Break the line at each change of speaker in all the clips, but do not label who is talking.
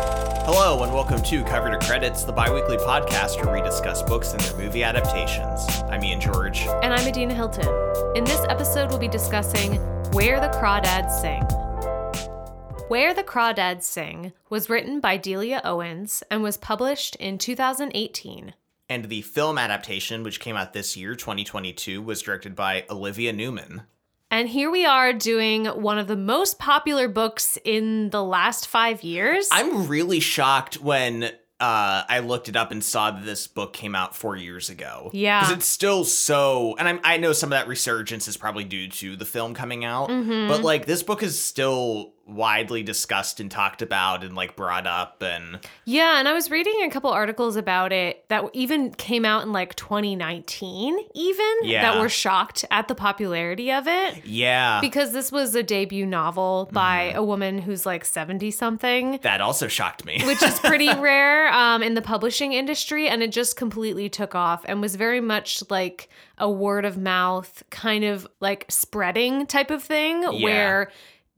Hello, and welcome to Cover to Credits, the bi weekly podcast where we discuss books and their movie adaptations. I'm Ian George.
And I'm Adina Hilton. In this episode, we'll be discussing Where the Crawdads Sing. Where the Crawdads Sing was written by Delia Owens and was published in 2018.
And the film adaptation, which came out this year, 2022, was directed by Olivia Newman.
And here we are doing one of the most popular books in the last five years.
I'm really shocked when uh, I looked it up and saw that this book came out four years ago.
Yeah.
Because it's still so, and I'm, I know some of that resurgence is probably due to the film coming out, but like this book is still widely discussed and talked about and like brought up and
yeah, and I was reading a couple articles about it that even came out in like 2019, even
Yeah.
that were shocked at the popularity of it.
yeah.
because this was a debut novel by a woman who's like 70 something
that also shocked me.
which is pretty rare um, in the publishing industry and it just completely took off and was very much like a word of mouth kind of like spreading type of thing
Yeah.
where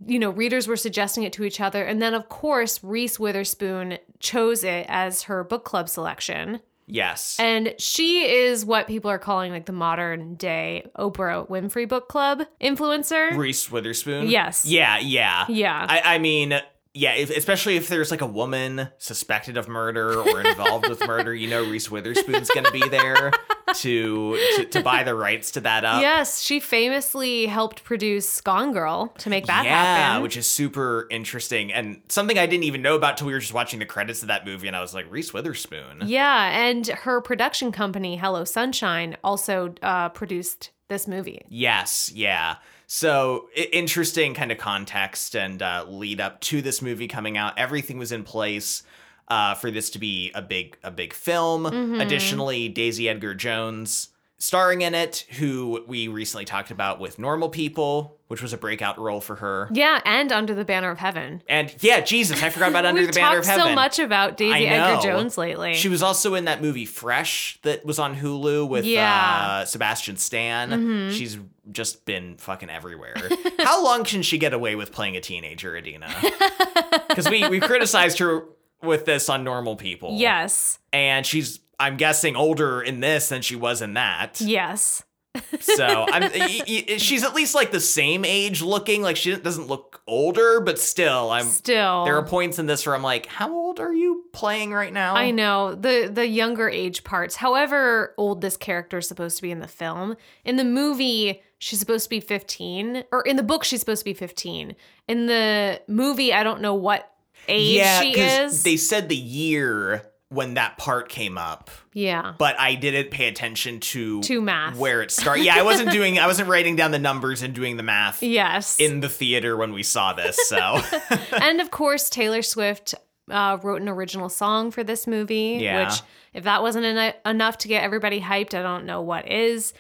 you know readers were suggesting it to each other and then of course reese witherspoon chose it as her book club selection
yes.
and she is what people are calling like the modern day oprah winfrey book club influencer
Reese Witherspoon.
Yes.
Yeah, yeah.
yeah
I, I mean, yeah, if, especially if there's like a woman suspected of murder or involved with murder, you know, Reese Witherspoon's going to be there to, to to buy the rights to that up.
Yes, she famously helped produce Gone Girl to make that
yeah,
happen.
which is super interesting and something I didn't even know about till we were just watching the credits of that movie, and I was like, Reese Witherspoon.
yeah, and her production company, Hello Sunshine, also uh, produced this movie.
Yes, yeah. So i- interesting kind of context and uh, lead up to this movie coming out. Everything was in place uh, for this to be a big a big film.
Mhm.
Additionally, Daisy Edgar Jones starring in it, who we recently talked about with Normal People, which was a breakout role for her.
Yeah, and Under the Banner of Heaven.
And yeah, Jesus, I forgot about Under
We've
the Banner of
talked
Heaven.
so much about Daisy
I know.
Edgar Jones lately.
She was also in that movie Fresh that was on Hulu with
Yeah.
uh, Sebastian Stan.
Mhm.
She's just been fucking everywhere. How long can she get away with playing a teenager, Adina? Because we, we criticized her with this on Normal People.
yes,
And she's, I'm guessing, older in this than she was in that.
yes.
So I'm, y- y- y- she's at least like the same age looking. Like she doesn't look older, but still, I'm.
Still,
There are points in this where I'm like, how old are you playing right now?
I know the the younger age parts. However old this character is supposed to be in the film, in the movie she's supposed to be 15, or in the book she's supposed to be 15. In the movie, I don't know what age she
'cause
is.
They said the year when that part came up,
yeah,
but I didn't pay attention to
to math.
where it started. Yeah, I wasn't doing I wasn't writing down the numbers and doing the math
Yes,
in the theater when we saw this. So
and of course Taylor Swift. Uh, wrote an original song for this movie,
Yeah.
which, if that wasn't en- enough to get everybody hyped, I don't know what is.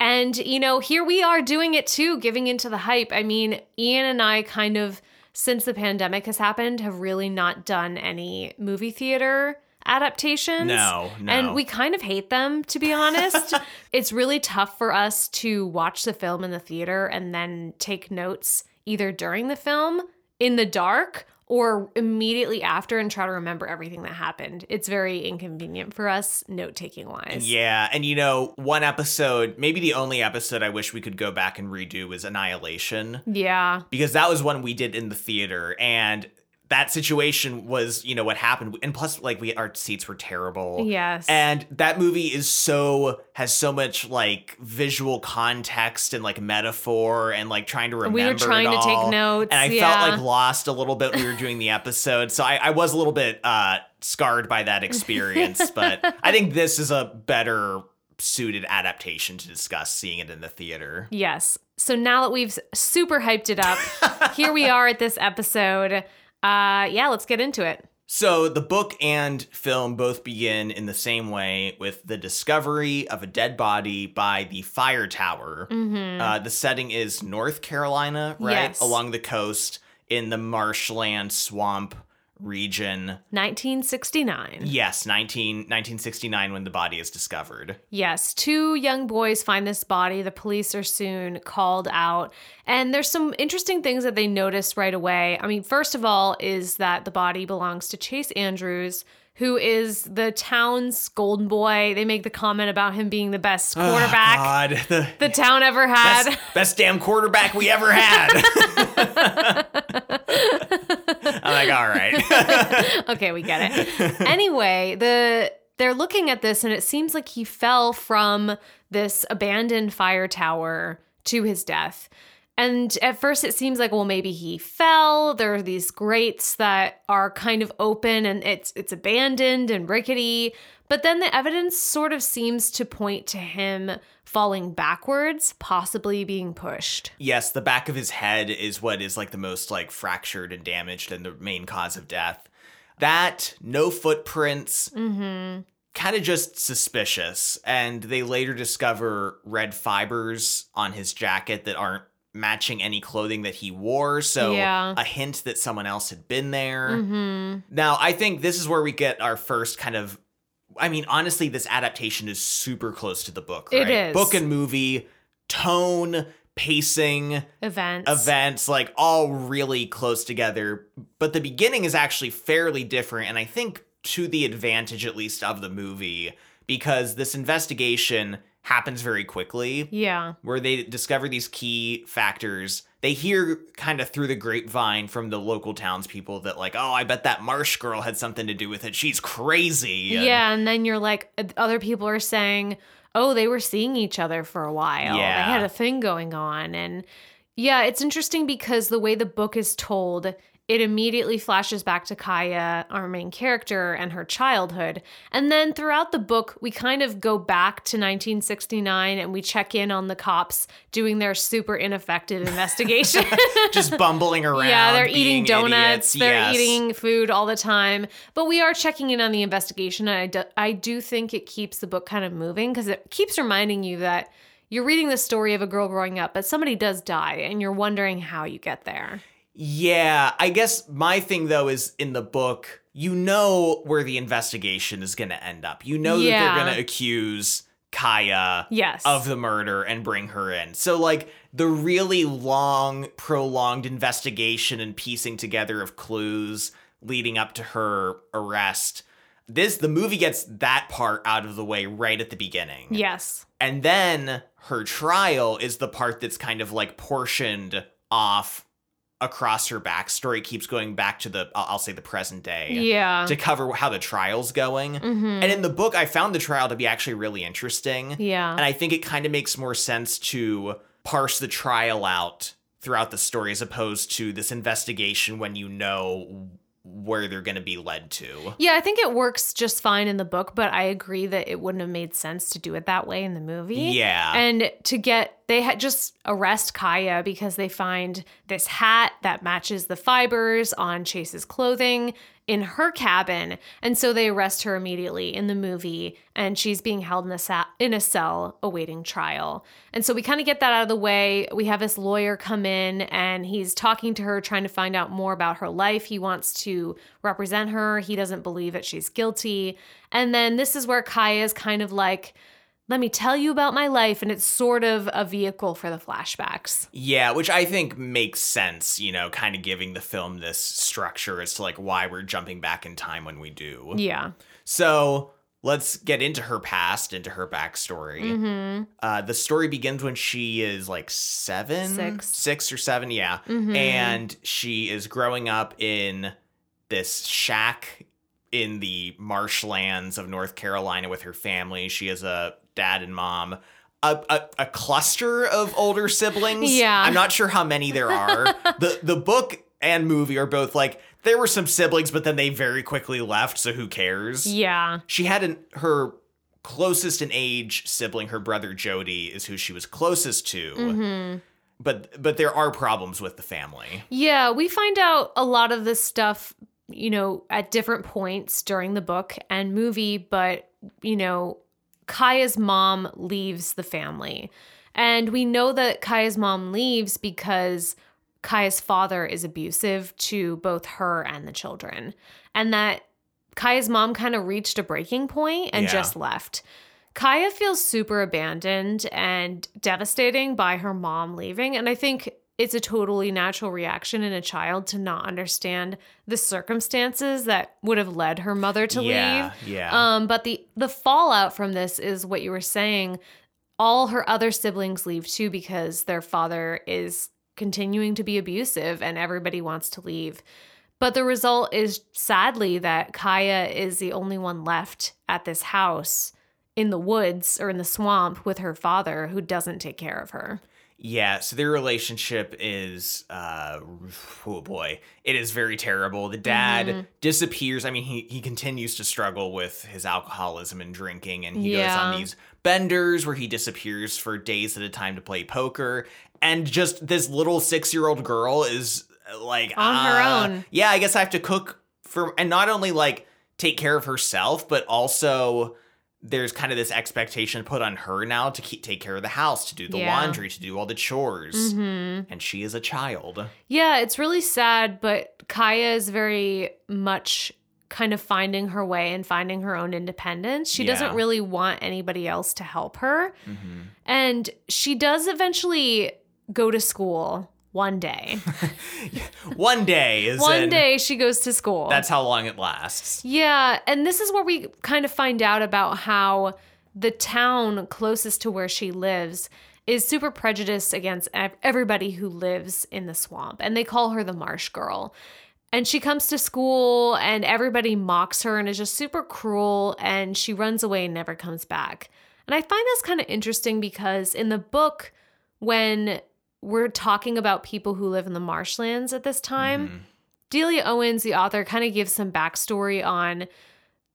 And, you know, here we are doing it too, giving into the hype. I mean, Ian and I kind of, since the pandemic has happened, have really not done any movie theater adaptations.
No, no.
And we kind of hate them, to be honest. it's really tough for us to watch the film in the theater and then take notes either during the film in the dark or immediately after and try to remember everything that happened. It's very inconvenient for us note taking wise.
yeah, and you know, one episode, maybe the only episode I wish we could go back and redo is Annihilation.
Yeah.
because that was one we did in the theater and that situation was you know what happened and plus like we our seats were terrible
Yes.
and that movie is so has so much like visual context and like metaphor and like trying to remember
we were
it
trying to
all.
take notes.
and i
yeah.
felt like lost a little bit when we were doing the episode so i, I was a little bit uh scarred by that experience but i think this is a better suited adaptation to discuss seeing it in the theater
Yes. So now that we've s- super hyped it up, here we are at this episode. Uh yeah, let's get into it.
So the book and film both begin in the same way with the discovery of a dead body by the fire tower.
Mhm.
Uh, the setting is North Carolina, right
Yes.
along the coast in the marshland swamp region.
1969.
Yes, 19, 1969 when the body is discovered.
Yes, two young boys find this body. The police are soon called out. And there's some interesting things that they notice right away. I mean, first of all, is that the body belongs to Chase Andrews, who is the town's golden boy. They make the comment about him being the best
Oh,
quarterback
God, the
the town ever had.
best, best damn quarterback we ever had. I'm like, all right.
okay, we get it. Anyway, the they're looking at this and it seems like he fell from this abandoned fire tower to his death. And at first it seems like well maybe he fell. There are these grates that are kind of open and it's it's abandoned and rickety, but then the evidence sort of seems to point to him falling backwards, possibly being pushed.
yes, the back of his head is what is like the most like fractured and damaged and the main cause of death. That no footprints,
Mhm.
kind of just suspicious. And they later discover red fibers on his jacket that aren't matching any clothing that he wore. So uh,
Yeah.
a hint that someone else had been there.
Mhm.
Now, I think this is where we get our first kind of. I mean, honestly, this adaptation is super close to the book.
It
Right?
is.
book and movie, tone, pacing,
Events.
events, like all really close together. But the beginning is actually fairly different, and I think to the advantage, at least, of the movie, because this investigation happens very quickly
Yeah.
where they discover these key factors. They hear kind of through the grapevine from the local townspeople that, like, oh, I bet that Marsh girl had something to do with it. She's crazy.
Yeah.
And-
and then you're like, uh, other people are saying, oh, they were seeing each other for a while. They
Yeah.
had a thing going on. And yeah, it's interesting because the way the book is told, it immediately flashes back to Kaya, our main character, and her childhood. And then throughout the book, we kind of go back to 1969 and we check in on the cops doing their super ineffective investigation.
Just bumbling around.
Yeah, they're
being
eating donuts.
idiots.
They're
Yes.
eating food all the time. But we are checking in on the investigation. And I do, I do think it keeps the book kind of moving because it keeps reminding you that you're reading the story of a girl growing up, but somebody does die and you're wondering how you get there.
Yeah, I guess my thing though is in the book, you know where the investigation is going to end up. You know that
Yeah.
they're going to accuse Kaya
Yes.
of the murder and bring her in. So like the really long prolonged investigation and piecing together of clues leading up to her arrest. This the movie gets that part out of the way right at the beginning.
yes.
And then her trial is the part that's kind of like portioned off across her backstory keeps going back to the I'll I'll say the present day
Yeah.
to cover how the trial's going.
hmm
And in the book I found the trial to be actually really interesting.
yeah.
And I think it kind of makes more sense to parse the trial out throughout the story as opposed to this investigation when you know where they're going to be led to.
yeah, I think it works just fine in the book, but I agree that it wouldn't have made sense to do it that way in the movie.
Yeah.
and to get they had just arrest Kaya because they find this hat that matches the fibers on Chase's clothing in her cabin, and so they arrest her immediately in the movie, and she's being held in a sa- in a cell awaiting trial. And so we kind of get that out of the way. We have this lawyer come in, and he's talking to her, trying to find out more about her life. He wants to represent her. He doesn't believe that she's guilty, and then this is where Kaya is kind of like let me tell you about my life and it's sort of a vehicle for the flashbacks
yeah, which I think makes sense, you know, kind of giving the film this structure as to like why we're jumping back in time when we do.
yeah
So let's get into her past, into her backstory.
mm-hmm.
Uh, the story begins when she is like seven,
Six.
six or seven, yeah.
Mhm.
And she is growing up in this shack in the marshlands of North Carolina with her family. She has a dad and mom. A, a, a cluster of older siblings.
Yeah.
I'm not sure how many there are. the the book and movie are both like there were some siblings, but then they very quickly left, so who cares?
yeah
she had an her closest in age sibling her brother jody is who she was closest to
mm-hmm.
but but there are problems with the family
yeah we find out a lot of this stuff you know at different points during the book and movie but you know kaya's mom leaves the family and we know that kaya's mom leaves because Kaya's father is abusive to both her and the children, and that Kaya's mom kind of reached a breaking point and
Yeah.
just left. Kaya feels super abandoned and devastating by her mom leaving. And I think it's a totally natural reaction in a child to not understand the circumstances that would have led her mother to leave.
yeah, yeah.
Um, but the the fallout from this is what you were saying. All her other siblings leave too because their father is continuing to be abusive, and everybody wants to leave. But the result is sadly that Kaya is the only one left at this house in the woods or in the swamp with her father, who doesn't take care of her.
Yeah, so their relationship is uh oh boy, it is very terrible. The dad
Mhm.
disappears. I mean, he he continues to struggle with his alcoholism and drinking and he goes
Yeah.
on these benders where he disappears for days at a time to play poker and just this little 6-year-old girl is uh, like
On her
"Ah,
own."
Yeah, I guess I have to cook for and not only like take care of herself, but also there's kind of this expectation put on her now to keep, take care of the house, to do the
Yeah.
laundry, to do all the chores.
Mm-hmm.
And she is a child.
Yeah, it's really sad, but Kaya is very much kind of finding her way and finding her own independence. She doesn't
Yeah.
really want anybody else to help her. And she does eventually go to school one day.
One day is
one
in-
day she goes to school.
That's how long it lasts.
Yeah, and this is where we kind of find out about how the town closest to where she lives is super prejudiced against ev- everybody who lives in the swamp, and they call her the Marsh Girl. And she comes to school, and everybody mocks her and is just super cruel, and she runs away and never comes back. And I find this kind of interesting because in the book, when we're talking about people who live in the marshlands at this time,
Mhm.
Delia Owens, the author, kind of gives some backstory on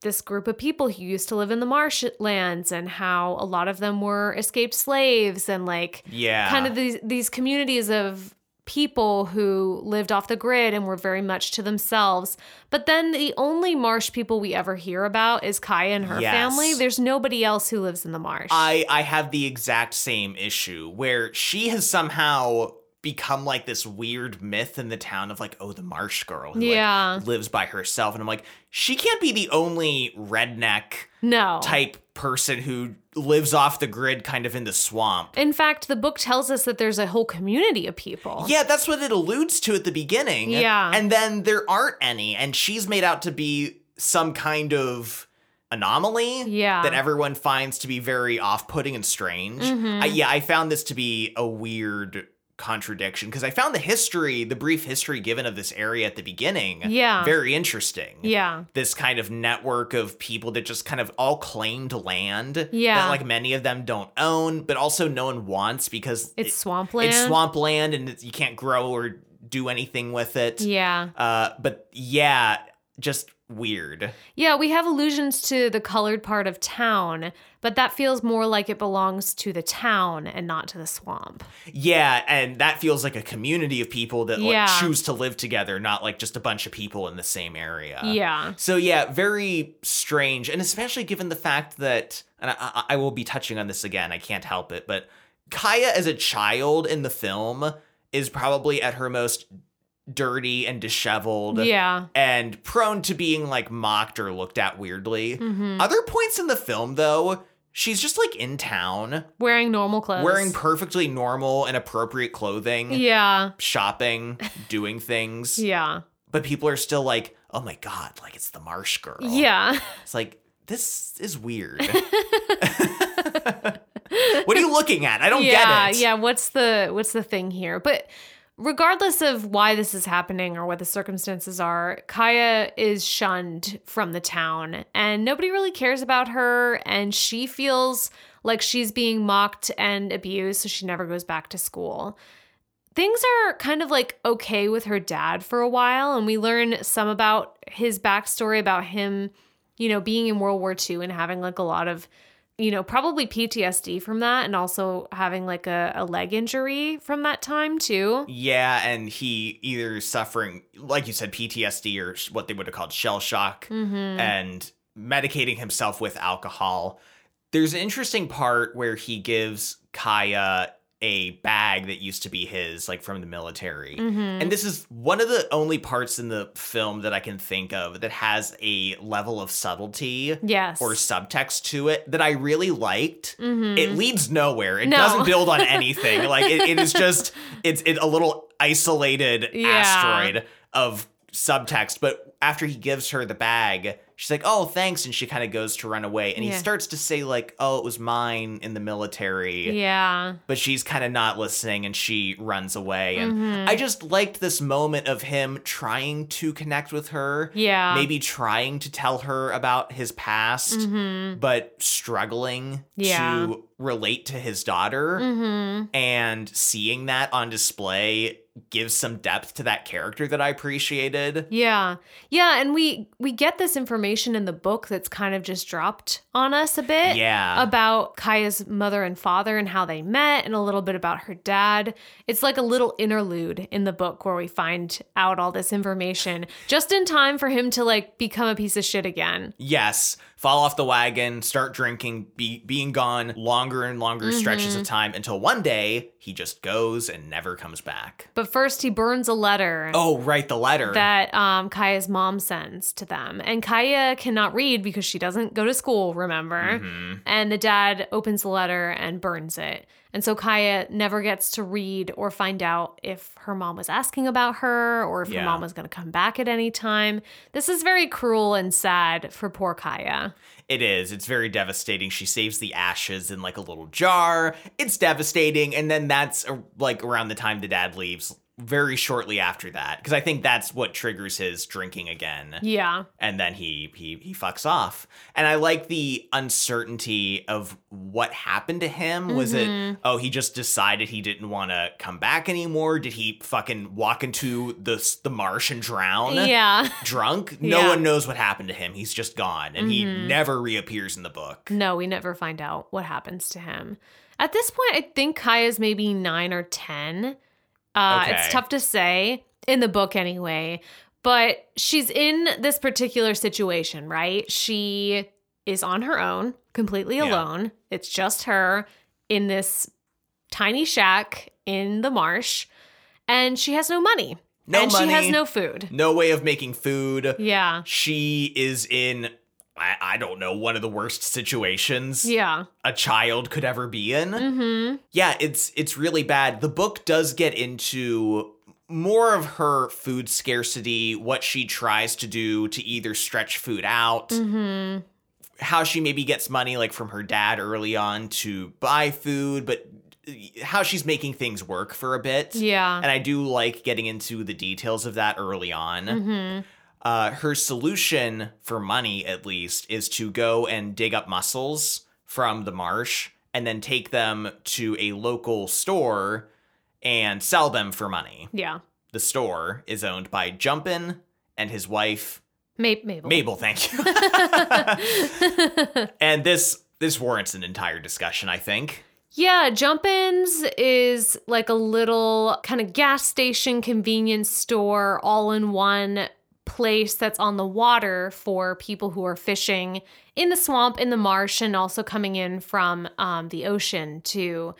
this group of people who used to live in the marshlands and how a lot of them were escaped slaves and like
Yeah.
kind of these these communities of people who lived off the grid and were very much to themselves. But then the only marsh people we ever hear about is Kaya and her
Yes.
family. There's nobody else who lives in the marsh.
I I have the exact same issue where she has somehow become like this weird myth in the town of like oh the marsh girl who like,
Yeah.
lives by herself and I'm like she can't be the only redneck
no.
type person who lives off the grid kind of in the swamp.
In fact, the book tells us that there's a whole community of people.
Yeah, that's what it alludes to at the beginning.
Yeah.
And then there aren't any, and she's made out to be some kind of anomaly
Yeah.
that everyone finds to be very off-putting and strange.
Mhm.
I, yeah, I found this to be a weird contradiction because I found the history, the brief history given of this area at the beginning,
Yeah.
very interesting.
yeah.
This kind of network of people that just kind of all claimed land
Yeah.
that like many of them don't own, but also no one wants because
It's
it-
swampland.
it's swampland and it's, you can't grow or do anything with it.
Yeah.
Uh, but yeah, just weird.
Yeah, we have allusions to the colored part of town, but that feels more like it belongs to the town and not to the swamp.
Yeah, and that feels like a community of people that like,
Yeah.
choose to live together, not like just a bunch of people in the same area.
yeah.
So yeah, very strange, and especially given the fact that, and I- I, I will be touching on this again. I can't help it, but Kaya as a child in the film is probably at her most dirty and disheveled.
Yeah.
and prone to being like mocked or looked at weirdly.
hmm
Other points in the film, though, she's just like in town,
Wearing normal clothes.
wearing perfectly normal and appropriate clothing,
Yeah.
shopping, doing things,
Yeah.
but people are still like, oh my God, like it's the Marsh girl.
Yeah.
It's like, this is weird. what are you looking at? I don't
yeah,
get it.
Yeah, what's the what's the thing here? But regardless of why this is happening or what the circumstances are, Kaya is shunned from the town and nobody really cares about her and she feels like she's being mocked and abused so she never goes back to school. Things are kind of like okay with her dad for a while and we learn some about his backstory about him, you know, being in World War II and having like a lot of you know, probably PTSD from that and also having like a, a leg injury from that time too.
Yeah, and he either is suffering, like you said, PTSD or sh- what they would have called shell shock.
Mm-hmm.
and medicating himself with alcohol. There's an interesting part where he gives Kaya a bag that used to be his, like from the military.
Mhm.
And this is one of the only parts in the film that I can think of that has a level of subtlety
yes.
or subtext to it that I really liked.
Mhm.
It leads nowhere. It
No.
doesn't build on anything. like it, it is just it's it, a little isolated
Yeah.
asteroid of subtext. But after he gives her the bag, she's like, "Oh, thanks," and she kind of goes to run away. And he
Yeah.
starts to say like, "Oh, it was mine in the military,"
yeah.
but she's kind of not listening, and she runs away. And
Mhm.
I just liked this moment of him trying to connect with her.
yeah.
Maybe trying to tell her about his past,
Mhm.
but struggling
Yeah.
to relate to his daughter
Mhm.
and seeing that on display gives some depth to that character that I appreciated.
Yeah. Yeah, and we we get this information in the book that's kind of just dropped on us a bit.
yeah.
About Kaya's mother and father and how they met, and a little bit about her dad. It's like a little interlude in the book where we find out all this information just in time for him to like become a piece of shit again.
yes, fall off the wagon, start drinking, be being gone longer and longer stretches
Mm-hmm.
of time until one day he just goes and never comes back.
But first, he burns a letter.
Oh, right, the letter.
that um, Kaya's mom sends to them. And Kaya cannot read because she doesn't go to school, remember?
Mhm.
And the dad opens the letter and burns it. And so Kaya never gets to read or find out if her mom was asking about her or if
Yeah.
her mom was going to come back at any time. This is very cruel and sad for poor Kaya.
It is. It's very devastating. She saves the ashes in like a little jar. It's devastating. And then that's uh, like around the time the dad leaves, very shortly after that, because I think that's what triggers his drinking again.
Yeah.
And then he he he fucks off. And I like the uncertainty of what happened to him. Was it
Mhm.
oh he just decided he didn't want to come back anymore? Did he fucking walk into the s- the marsh and drown?
Yeah.
drunk. No
Yeah. Mm-hmm.
one knows what happened to him. He's just gone and he never reappears in the book.
No, we never find out what happens to him. At this point, I think Kaya's maybe nine or 10. Uh,
Okay.
It's tough to say in the book, anyway. But she's in this particular situation, right? She is on her own, completely
Yeah.
alone. It's just her in this tiny shack in the marsh. And she has no money.
No
and
money.
she has no food.
no way of making food.
Yeah.
She is in I, I don't know, one of the worst situations
Yeah.
a child could ever be in.
Mm-hmm.
Yeah, it's it's really bad. The book does get into more of her food scarcity, what she tries to do to either stretch food out,
Mm-hmm.
how she maybe gets money like from her dad early on to buy food, but uh, how she's making things work for a bit.
Yeah.
And I do like getting into the details of that early on.
Mm-hmm.
Uh, her solution for money, at least, is to go and dig up mussels from the marsh and then take them to a local store and sell them for money.
Yeah.
The store is owned by Jumpin' and his wife,
Ma- Mabel.
Mabel, thank you. and this this warrants an entire discussion, I think.
yeah, Jumpins is like a little kind of gas station convenience store all in one place that's on the water for people who are fishing in the swamp, in the marsh, and also coming in from um, the ocean too.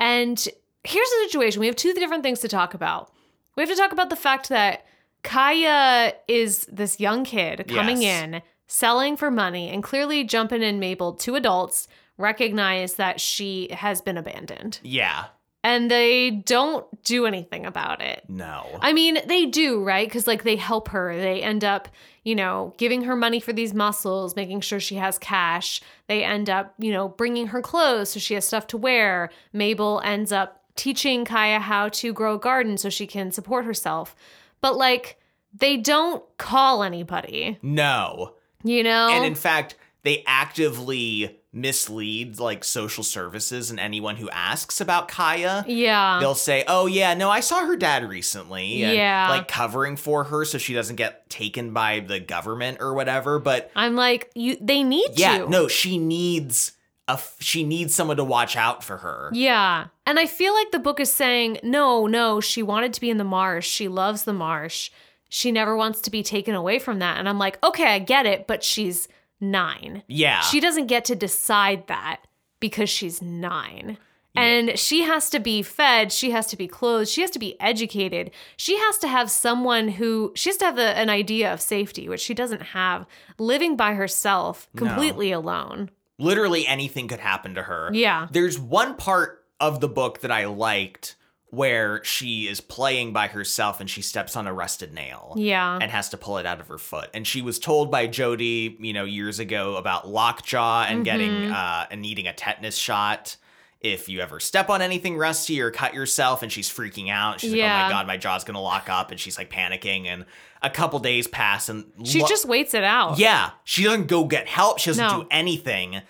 And here's the situation we have two different things to talk about. We have to talk about the fact that Kaya is this young kid coming
Yes.
in, selling for money, and clearly Jumpin' and Mabel, two adults, recognize that she has been abandoned.
Yeah.
And they don't do anything about it.
No.
I mean, they do, right? Because, like, they help her. They end up, you know, giving her money for these muscles, making sure she has cash. They end up, you know, bringing her clothes so she has stuff to wear. Mabel ends up teaching Kaya how to grow a garden so she can support herself. But, like, they don't call anybody,
no.
you know?
And in fact, they actively mislead like social services and anyone who asks about Kaya.
yeah.
They'll say, "Oh yeah, no, I saw her dad recently." and,
Yeah.
like covering for her so she doesn't get taken by the government or whatever. But
I'm like, you. They need
yeah,
you.
no, she needs a f- she needs someone to watch out for her.
Yeah. And I feel like the book is saying, no, no, she wanted to be in the marsh. She loves the marsh. She never wants to be taken away from that. And I'm like, okay, I get it, but she's nine.
Yeah,
She doesn't get to decide that because she's nine. And she has to be fed, she has to be clothed, she has to be educated. She has to have someone who, she has to have a, an idea of safety, which she doesn't have, living by herself,
No.
completely alone.
Literally anything could happen to her.
Yeah.
There's one part of the book that I liked where she is playing by herself and she steps on a rusted nail.
Yeah.
and has to pull it out of her foot. And she was told by Jody, you know, years ago about lockjaw and getting
Mhm.
uh, and needing a tetanus shot if you ever step on anything rusty or cut yourself. And she's freaking out. She's like, "Oh
Yeah.
my god, my jaw's gonna lock up," and she's like panicking. And a couple days pass, and
she
lo-
just waits it out.
yeah, she doesn't go get help. She doesn't
No.
do anything.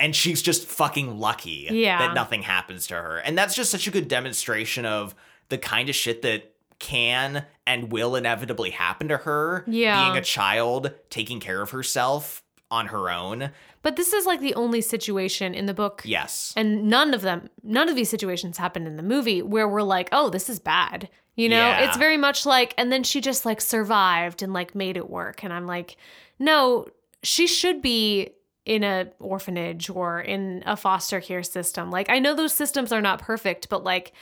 And she's just fucking lucky
Yeah.
that nothing happens to her. And that's just such a good demonstration of the kind of shit that can and will inevitably happen to her.
Yeah.
Being a child, taking care of herself on her own.
But this is like the only situation in the book.
Yes.
And none of them, none of these situations happened in the movie where we're like, oh, this is bad. You know,
Yeah.
it's very much like, and then she just like survived and like made it work. And I'm like, no, she should be in a orphanage or in a foster care system. Like, I know those systems are not perfect, but like,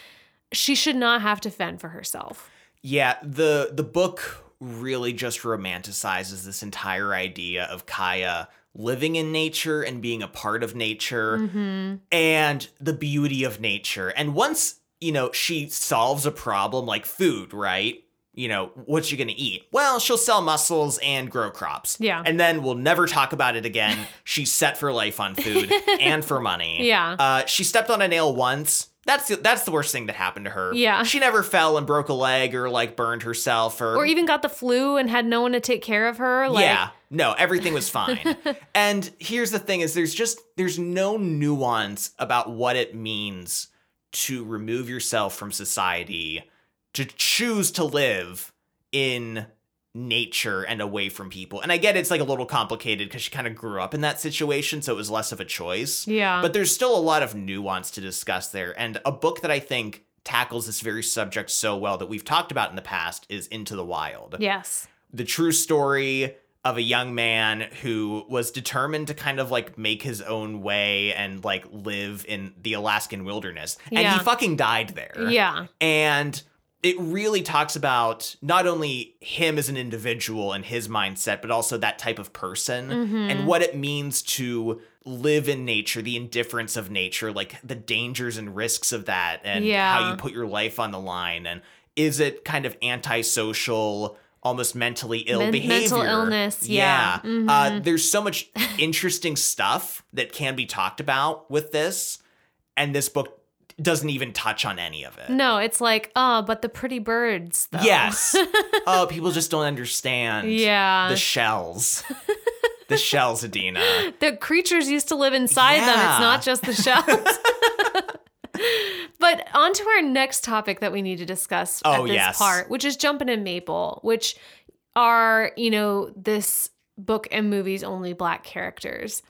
she should not have to fend for herself.
Yeah, the the book really just romanticizes this entire idea of Kaya living in nature and being a part of nature.
Mm-hmm.
and the beauty of nature. And once, you know, she solves a problem like food, right? You know, what you gonna eat? Well, she'll sell mussels and grow crops.
Yeah.
And then we'll never talk about it again. She's set for life on food and for money.
Yeah.
Uh, she stepped on a nail once. That's the, that's the worst thing that happened to her.
Yeah.
She never fell and broke a leg or like burned herself or,
Or even got the flu and had no one to take care of her. Like,
yeah. No, everything was fine. and here's the thing is there's just there's no nuance about what it means to remove yourself from society, to choose to live in nature and away from people. And I get it's like a little complicated cuz she kind of grew up in that situation, so it was less of a choice.
Yeah.
But there's still a lot of nuance to discuss there. And a book that I think tackles this very subject so well that we've talked about in the past is Into the Wild
yes.
the true story of a young man who was determined to kind of like make his own way and like live in the Alaskan wilderness. And he
Yeah.
fucking died there.
Yeah.
And it really talks about not only him as an individual and his mindset, but also that type of person
Mhm.
and what it means to live in nature, the indifference of nature, like the dangers and risks of that, and how
Yeah.
you put your life on the line. And is it kind of antisocial, almost mentally ill
Men-
behavior?
mental illness, yeah. Mm-hmm.
Uh, there's so much interesting stuff that can be talked about with this, and this book doesn't even touch on any of it.
No, it's like, oh, but the pretty birds. Though.
Yes. oh, people just don't understand.
Yeah.
The shells. the shells, Adina.
the creatures used to live inside them.
Yeah.
It's not just the shells. but on to our next topic that we need to discuss
Oh,
at this
yes.
part, which is Jumpin' and Maple, which are, you know, this book and movies only black characters.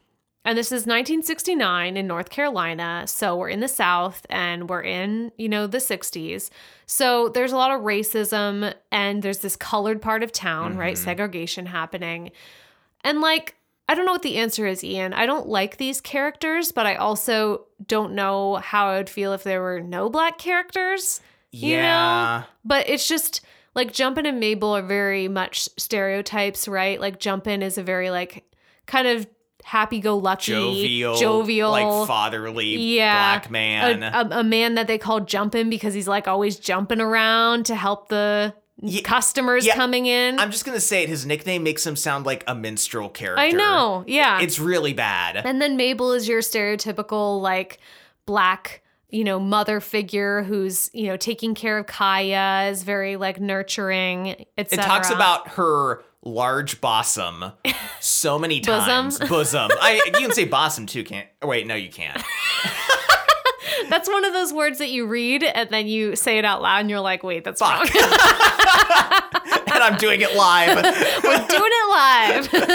And this is 1969 in North Carolina. So we're in the South and we're in, you know, the 60s. So there's a lot of racism and there's this colored part of town, right?
Mhm.
Segregation happening. And like, I don't know what the answer is, Ian. I don't like these characters, but I also don't know how I would feel if there were no black characters. you know?
Yeah.
But it's just like Jumpin' and Mabel are very much stereotypes, right? Like Jumpin' is a very like kind of happy-go-lucky,
jovial,
jovial,
like fatherly
Yeah.
black
a,
man.
a, a man that they call Jumpin' because he's like always jumping around to help the
Ye-
customers
yeah.
coming in.
I'm just gonna say it. His nickname makes him sound like a minstrel character.
I know, yeah.
It's really bad.
And then Mabel is your stereotypical like black, you know, mother figure who's, you know, taking care of Kaya, is very like nurturing,
It
etc.
talks about her large bosom so many
Bosom?
times. Bosom. I you can say bosom too, can't oh, wait, no, you can't.
That's one of those words that you read and then you say it out loud and you're like, "Wait, that's
Fuck.
wrong."
and I'm doing it live.
We're doing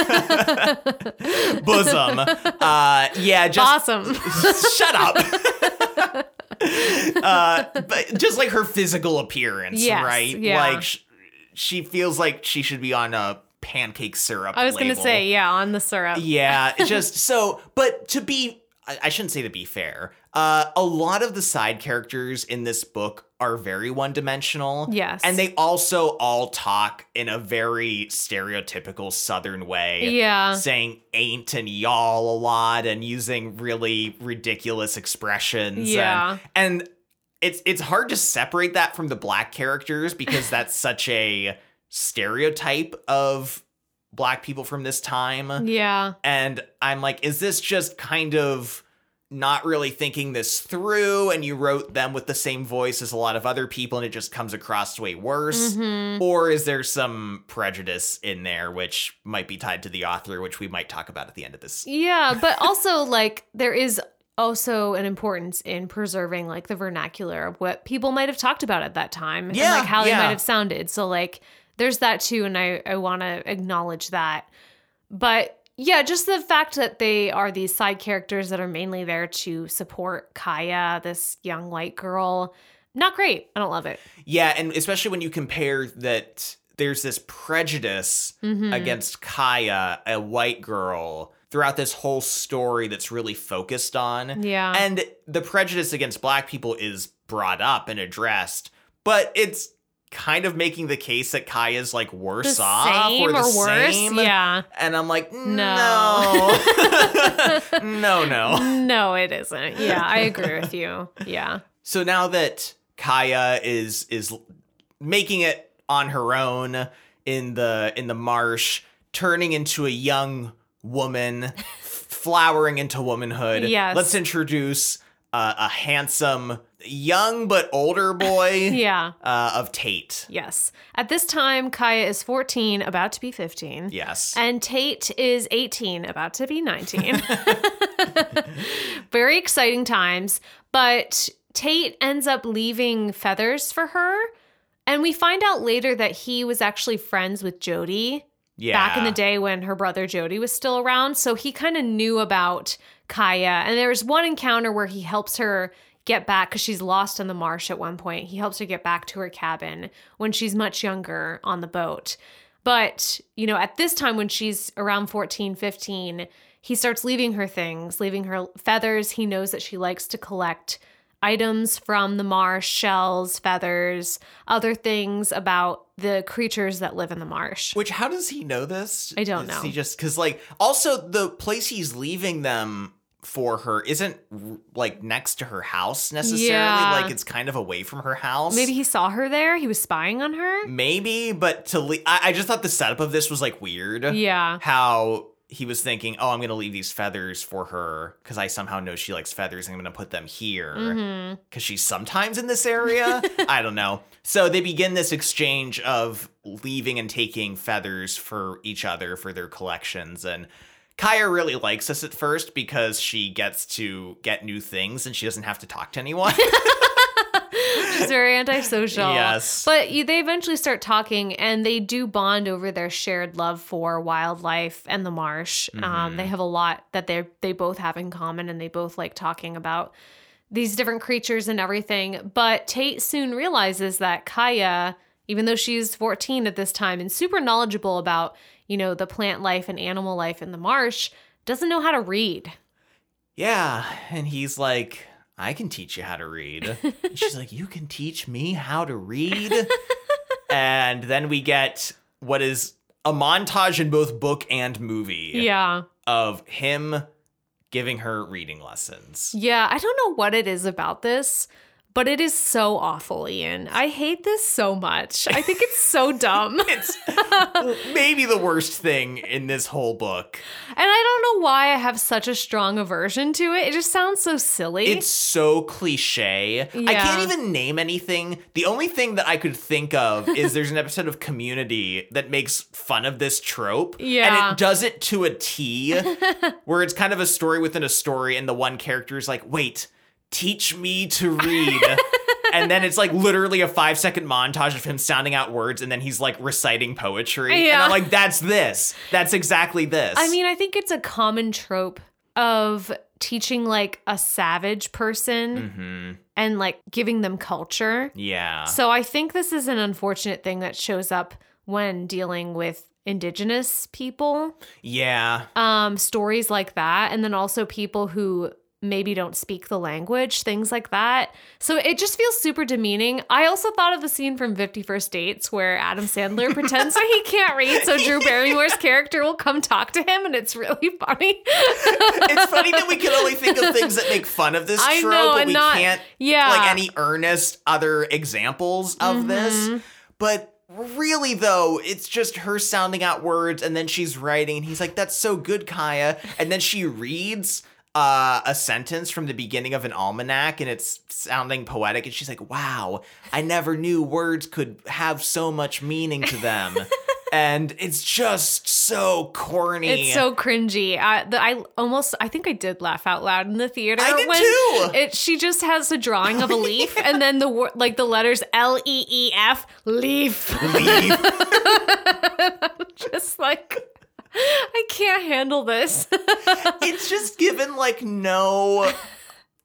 it live.
bosom. Uh yeah, just
awesome.
shut up. uh, but just like her physical appearance,
Yes,
right?
yeah.
Like sh- she feels like she should be on a pancake syrup.
I was going to
label.
say, yeah, on the syrup.
yeah. it's Just so, but to be, I I shouldn't say to be fair. Uh, a lot of the side characters in this book are very one dimensional.
Yes.
And they also all talk in a very stereotypical Southern way.
Yeah.
Saying ain't and y'all a lot and using really ridiculous expressions.
Yeah.
And, and it's it's hard to separate that from the black characters because that's such a stereotype of black people from this time.
Yeah.
And I'm like, is this just kind of not really thinking this through? And you wrote them with the same voice as a lot of other people and it just comes across way worse?
Mhm.
Or is there some prejudice in there which might be tied to the author, which we might talk about at the end of this?
Yeah, but also like there is also an importance in preserving like the vernacular of what people might have talked about at that time
Yeah,
and like how they
yeah.
might have sounded. So like there's that too and I I want to acknowledge that. But yeah, just the fact that they are these side characters that are mainly there to support Kaya, this young white girl. Not great. I don't love it.
Yeah, and especially when you compare that there's this prejudice
Mhm.
against Kaya, a white girl, throughout this whole story that's really focused on.
Yeah.
And the prejudice against black people is brought up and addressed, but it's kind of making the case that Kaya's like worse off or the same.
Yeah.
And I'm like,
No.
no. no, no.
No, it isn't. Yeah, I agree with you. Yeah.
So now that Kaya is is making it on her own in the in the marsh, turning into a young woman, f- flowering into womanhood.
Yes.
Let's introduce uh, a handsome young but older boy
Yeah.
uh, of Tate.
Yes. At this time, Kaya is 14, about to be 15.
Yes.
And Tate is 18, about to be 19. Very exciting times. But Tate ends up leaving feathers for her. And we find out later that he was actually friends with Jody
yeah.
back in the day when her brother Jody was still around. So he kind of knew about Kaya. And there was one encounter where he helps her get back because she's lost in the marsh at one point. He helps her get back to her cabin when she's much younger on the boat. But, you know, at this time when she's around 14, 15, he starts leaving her things, leaving her feathers. He knows that she likes to collect items from the marsh, shells, feathers, other things about the creatures that live in the marsh.
Which how does he know this?
I don't
Is
know.
He just because like also the place he's leaving them for her isn't r- like next to her house necessarily.
Yeah.
Like it's kind of away from her house.
Maybe he saw her there. He was spying on her.
Maybe, but to le- I, I just thought the setup of this was like weird.
Yeah.
How he was thinking, oh, I'm gonna leave these feathers for her because I somehow know she likes feathers. and I'm gonna put them here because
hmm
she's sometimes in this area. I don't know. So they begin this exchange of leaving and taking feathers for each other for their collections and. Kaya really likes this at first because she gets to get new things and she doesn't have to talk to anyone.
She's very antisocial.
Yes.
But you, they eventually start talking and they do bond over their shared love for wildlife and the marsh. Um,
Mhm.
they have a lot that they they both have in common and they both like talking about these different creatures and everything. But Tate soon realizes that Kaya, even though she's 14 at this time and super knowledgeable about, you know, the plant life and animal life in the marsh, doesn't know how to read.
Yeah. And he's like, I can teach you how to read. And she's like, You can teach me how to read? and then we get what is a montage in both book and movie
yeah.
of him giving her reading lessons.
Yeah, I don't know what it is about this, but it is so awful, Ian. I hate this so much. I think it's so dumb. and
It's maybe the worst thing in this whole book.
I don't know why I have such a strong aversion to it. It just sounds so silly.
It's so cliche. I
Yeah.
can't even name anything. The only thing that I could think of is there's an episode of Community that makes fun of this trope.
Yeah.
And it does it to a T, where it's kind of a story within a story, and the one character is like, wait, teach me to read. and then it's like literally a five second montage of him sounding out words, and then he's like reciting poetry. And
Yeah.
I'm like, that's this. That's exactly this.
I mean, I think it's a common trope of teaching like a savage
Mhm.
person and like giving them culture.
yeah.
So I think this is an unfortunate thing that shows up when dealing with indigenous people.
Yeah.
um, stories like that, and then also people who maybe don't speak the language, things like that. So it just feels super demeaning. I also thought of the scene from 51st Dates where Adam Sandler pretends that he can't read, so Drew Barrymore's character will come talk to him, and it's really funny.
it's funny that we can only think of things that make fun of this
I
trope,
know,
but
and
we
not-
can't
yeah. Mm-hmm.
like any earnest other examples of this. But really, though, it's just her sounding out words, and then she's writing, and he's like, "That's so good, Kaya," and then she reads. Uh, a sentence from the beginning of an almanac and it's sounding poetic and she's like wow i never knew words could have so much meaning to them and it's just so corny
It's so cringy. I, the, I almost, I think I did laugh out loud in the theater.
I did too.
It, she just has a drawing of a leaf, and then the wor- like the letters L E E F leaf.
Leave.
just like I can't handle this.
it's just given like no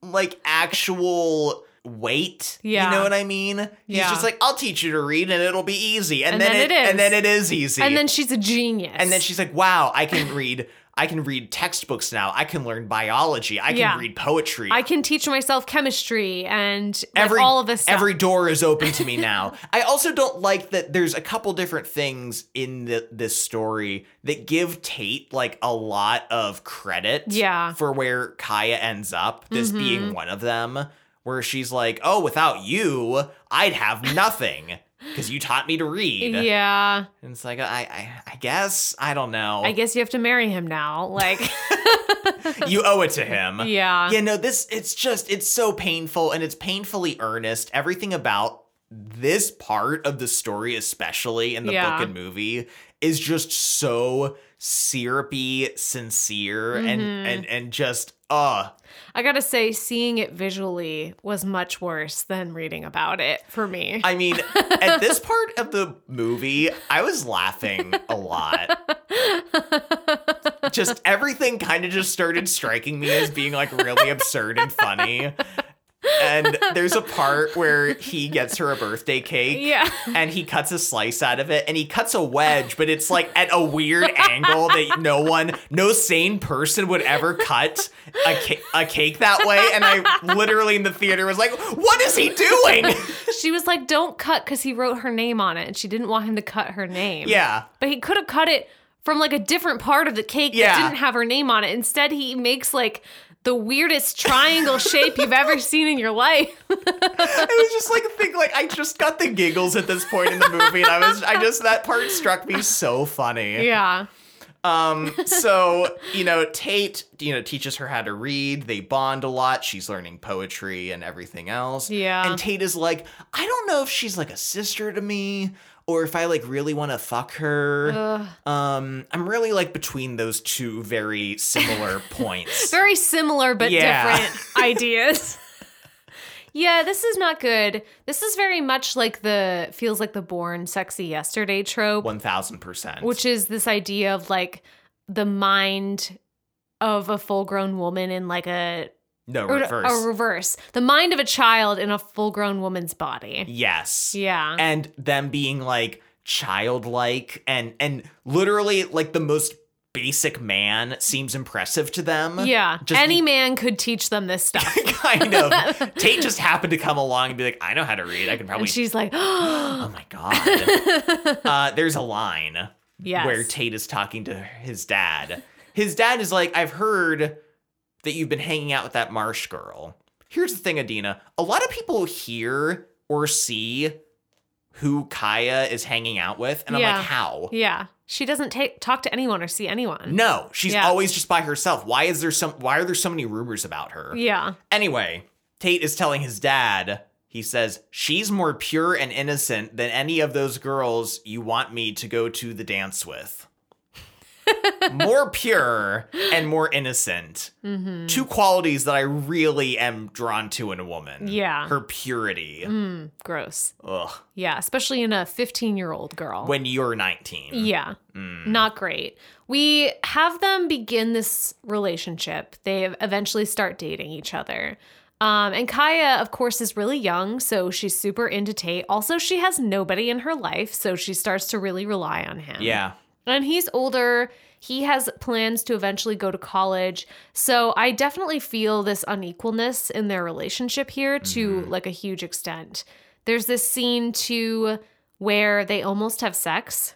like actual weight.
Yeah.
You know what I mean? He's
Yeah.
just like, I'll teach you to read and it'll be easy. And,
And
then,
then
it,
it is.
and then it is easy.
and then she's a genius.
And then she's like, Wow, I can read I can read textbooks now. I can learn biology. I can
Yeah.
read poetry.
I can teach myself chemistry and like,
every
all of this stuff.
every door is open to me now. I also don't like that there's a couple different things in the, this story that give Tate like a lot of credit
Yeah.
for where Kaya ends up, this
Mhm.
being one of them where she's like, "Oh, without you, I'd have nothing because you taught me to read."
yeah.
And it's like, I, I I guess I don't know.
I guess you have to marry him now. Like
you owe it to him.
yeah.
Yeah, no, this it's just it's so painful and it's painfully earnest. Everything about this part of the story, especially in the
Yeah.
book and movie, is just so syrupy, sincere, and
Mhm.
and and just uh
I got to say seeing it visually was much worse than reading about it for me.
I mean, at this part of the movie, I was laughing a lot. Just everything kind of just started striking me as being like really absurd and funny. And there's a part where he gets her a birthday cake
yeah.
and he cuts a slice out of it and he cuts a wedge but it's like at a weird angle that no one no sane person would ever cut a, ca- a cake that way and i literally in the theater was like what is he doing
She was like don't cut cuz he wrote her name on it and she didn't want him to cut her name.
yeah
But he could have cut it from like a different part of the cake that
Yeah.
didn't have her name on it. Instead, he makes like the weirdest triangle shape you've ever seen in your life.
it was just like a thing like i just got the giggles at this point in the movie and i was i just that part struck me so funny
Yeah.
Um, so you know, Tate, you know, teaches her how to read. They bond a lot. She's learning poetry and everything else.
Yeah.
And Tate is like, I don't know if she's like a sister to me or if I like really want to fuck her.
Ugh.
Um, I'm really like between those two very similar points.
Very similar but
Yeah.
different ideas. Yeah, this is not good. This is very much like the feels like the born sexy yesterday trope.
One thousand percent.
which is this idea of like the mind of a full grown woman in like a
no
or
reverse.
a reverse the mind of a child in a full grown woman's body
yes.
yeah
and them being like childlike and and literally like the most basic man seems impressive to them.
yeah
just
any man could teach them this stuff
kind of. Tate just happened to come along and be like, I know how to read. I can probably.
and she's like
oh
oh
my god. uh, there's a line
yes
where Tate is talking to his dad. His dad is like, I've heard that you've been hanging out with that Marsh girl. Here's the thing, Adina. A lot of people hear or see who Kaya is hanging out with, and I'm
Yeah.
like, how?
yeah she doesn't take talk to anyone or see anyone
No, she's
Yeah.
always just by herself. Why is there some? Why are there so many rumors about her?
yeah
Anyway, Tate is telling his dad, he says, She's more pure and innocent than any of those girls you want me to go to the dance with. more pure and more innocent.
mm-hmm.
Two qualities that I really am drawn to in a woman.
Yeah. Mm-hmm.
Her purity.
mm, gross
Ugh.
yeah especially in a 15 year old girl
When you're 19.
yeah
Mm.
Not great. We have them begin this relationship. They eventually start dating each other. Um, and Kaya, of course, is really young, so she's super into Tate. Also, she has nobody in her life, so she starts to really rely on him.
Yeah.
And he's older. He has plans to eventually go to college. So I definitely feel this unequalness in their relationship here to
Mm-hmm.
like a huge extent. There's this scene too where they almost have sex.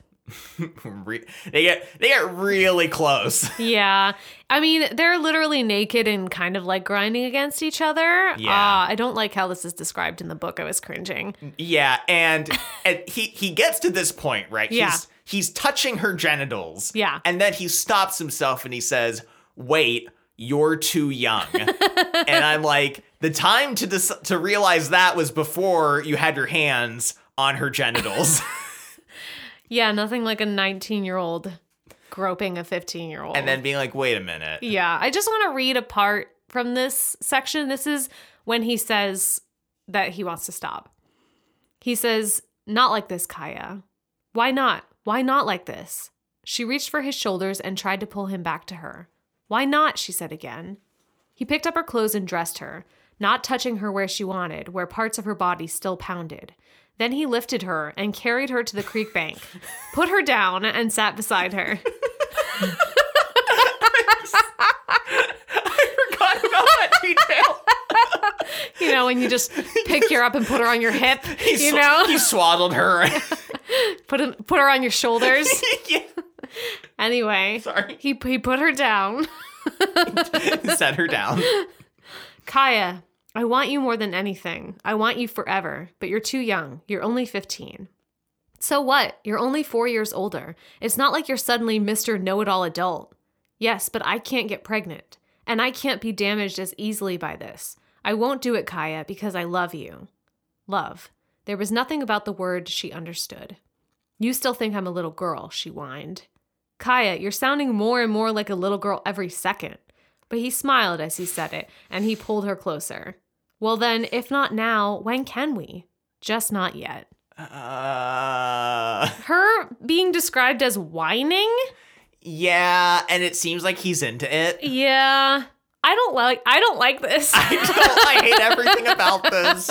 Re- they get they get really close.
Yeah. I mean, they're literally naked and kind of like grinding against each other.
Yeah.
Ah, I don't like how this is described in the book. I was cringing.
Yeah, and and he he gets to this point, right?
Yeah.
He's he's touching her genitals.
Yeah.
And then he stops himself and he says, "Wait, you're too young." and I'm like, "The time to dis- to realize that was before you had your hands on her genitals."
Yeah, nothing like a 19 year old groping a 15 year old.
and then being like, "Wait a minute."
Yeah, I just want to read a part from this section. This is when he says that he wants to stop. He says, Not like this, Kaya. Why not? Why not like this? She reached for his shoulders and tried to pull him back to her. Why not? she said again. He picked up her clothes and dressed her, not touching her where she wanted, where parts of her body still pounded. Then he lifted her and carried her to the creek bank, put her down, and sat beside her.
I forgot about that detail.
You know, when you just pick her up and put her on your hip,
He
you
sw-
know,
he swaddled her.
put him, put her on your shoulders.
Yeah,
Anyway,
Sorry.
he he put her down.
Set her down.
Kaya, I want you more than anything. I want you forever, but you're too young. You're only 15. So what? You're only 4 years older. It's not like you're suddenly Mr. Know-it-all adult. Yes, but I can't get pregnant, and I can't be damaged as easily by this. I won't do it, Kaya, because I love you. Love. There was nothing about the word she understood. You still think I'm a little girl, she whined. Kaya, you're sounding more and more like a little girl every second. But he smiled as he said it, and he pulled her closer. Well, then, if not now, when can we? Just not yet.
Uh,
Her being described as whining?
yeah, and it seems like he's into it.
Yeah. I don't like I don't like this.
I don't. I hate everything about this.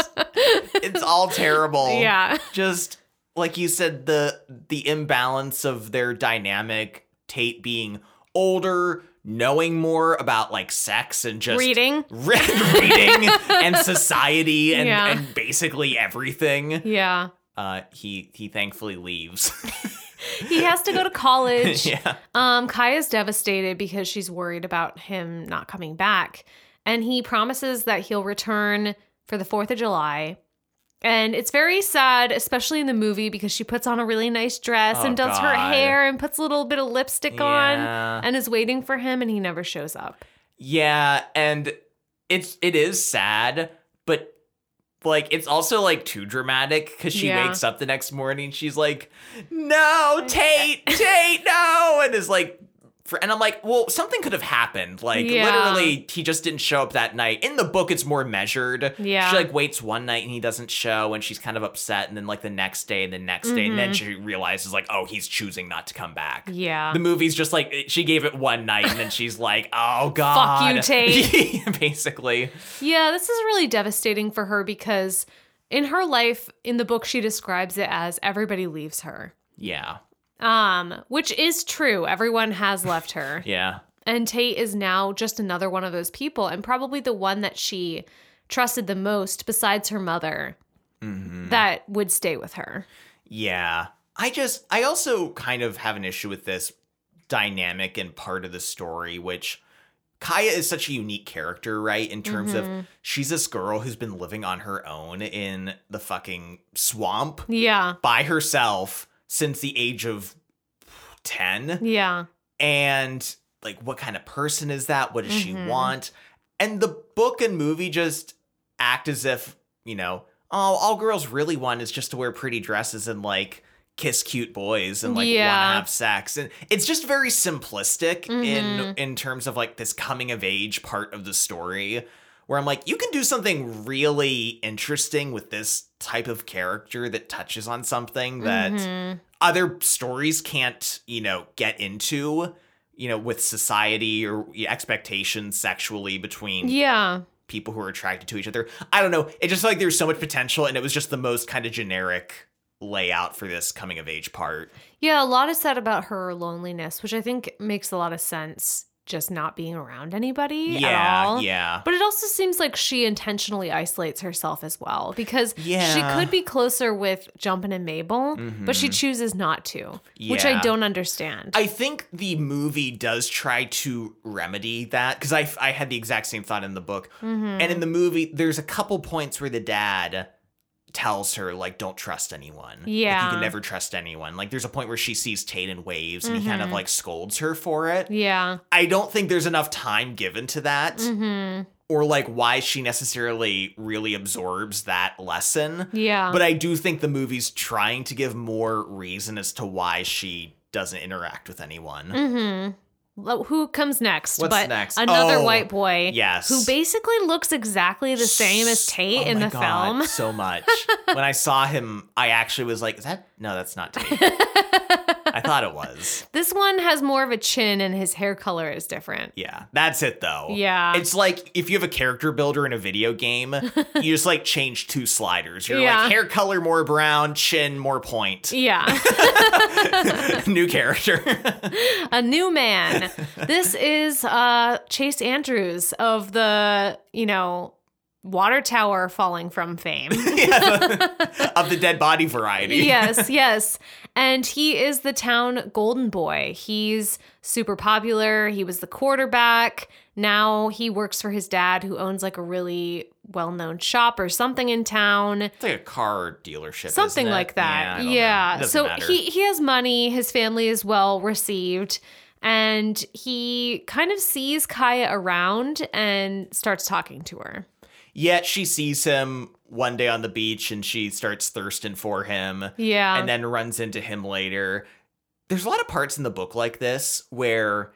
It's all terrible.
yeah.
Just like you said, the the imbalance of their dynamic. Tate being older, knowing more about like sex and just
Reading?
re- reading and society and,
Yeah.
and basically everything.
Yeah.
Uh, he he thankfully leaves.
He has to go to college.
yeah.
Um, Kaya's devastated because she's worried about him not coming back. And he promises that he'll return for the 4th of July. And it's very sad, especially in the movie, because she puts on a really nice dress
Oh,
and does her
God.
hair and puts a little bit of lipstick
Yeah.
on and is waiting for him, and he never shows up.
Yeah, and it's it is sad, but like it's also like too dramatic because she
Yeah. uh,
wakes up the next morning and she's like, "No, Tate, Tate, no," and is like. For, and I'm like, well, something could have happened. Like,
Yeah.
literally, he just didn't show up that night. In the book, it's more measured.
Yeah.
She, like, waits one night and he doesn't show, and she's kind of upset. And then, like, the next day and the next day. And then
Mm-hmm.
she realizes, like, oh, he's choosing not to come back.
Yeah.
The movie's just like it- she gave it one night, and then she's like, "Oh God,
Tate."
Basically,
Yeah, this is really devastating for her because in her life, in the book, she describes it as everybody leaves her.
yeah,
Um, which is true. Everyone has left her.
yeah,
And Tate is now just another one of those people, and probably the one that she trusted the most, besides her mother,
Mm.
that would stay with her.
Mm-hmm. yeah." I just, I also kind of have an issue with this dynamic and part of the story, which Kaya is such a unique character, right? In terms
Mm-hmm.
of she's this girl who's been living on her own in the fucking swamp
Yeah.
by herself since the age of ten.
Yeah.
and like what kind of person is that what does
Mhm.
she want and the book and movie just act as if you know oh all girls really want is just to wear pretty dresses and like kiss cute boys and like want
Yeah.
to have sex and it's just very simplistic in
Mhm.
in terms of like this coming of age part of the story where i'm like you can do something really interesting with this type of character that touches on something that
Mhm.
other stories can't, you know, get into, you know, with society or expectations sexually between
Yeah.
people who are attracted to each other. I don't know. It just felt like there's so much potential and it was just the most kind of generic layout for this coming of age part.
Yeah, a lot is said about her loneliness, which I think makes a lot of sense just not being around anybody at
Yeah,
all.
yeah.
But it also seems like she intentionally isolates herself as well because
Yeah. Mm-hmm.
she could be closer with Jumpin' and Mabel, but she chooses not to, which I
Yeah.
don't understand.
I think the movie does try to remedy that because I, I had the exact same thought in the book.
Mm-hmm.
And in the movie, there's a couple points where the dad tells her, like, don't trust anyone. Like,
Yeah.
you can never trust anyone. Like, there's a point where she sees Tate in waves and he kind of, like, scolds her for it.
Mm-hmm. yeah.
I don't think there's enough time given to that
hmm
or, like, why she necessarily really absorbs that lesson.
Yeah.
But I do think the movie's trying to give more reason as to why she doesn't interact with anyone.
hmm Who comes next?
What's
but
next?
another
Oh,
white boy.
yes.
Mm. Who basically looks exactly the same as Tate
Oh
in
my
the
God,
film.
So much. when I saw him, I actually was like, "Is that no? That's not Tate." I thought it was.
This one has more of a chin and his hair color is different.
Yeah, that's it though.
Yeah.
it's like if you have a character builder in a video game, you just like change two sliders. You're
Yeah.
like hair color more brown, chin more point.
Yeah.
New character.
a new man. This is uh Chase Andrews of the, you know, water tower falling from fame.
Yeah. of the dead body variety.
yes, yes. And he is the town golden boy. He's super popular. He was the quarterback. Now he works for his dad who owns like a really well-known shop or something in town.
It's like a car dealership. isn't
something
it?
like
I
that.
don't know.
Yeah.
It doesn't
So
matter.
he he has money. His family is well received, and he kind of sees Kaya around and starts talking to her.
Yet she sees him one day on the beach and she starts thirsting for him
Yeah.
and then runs into him later. There's a lot of parts in the book like this where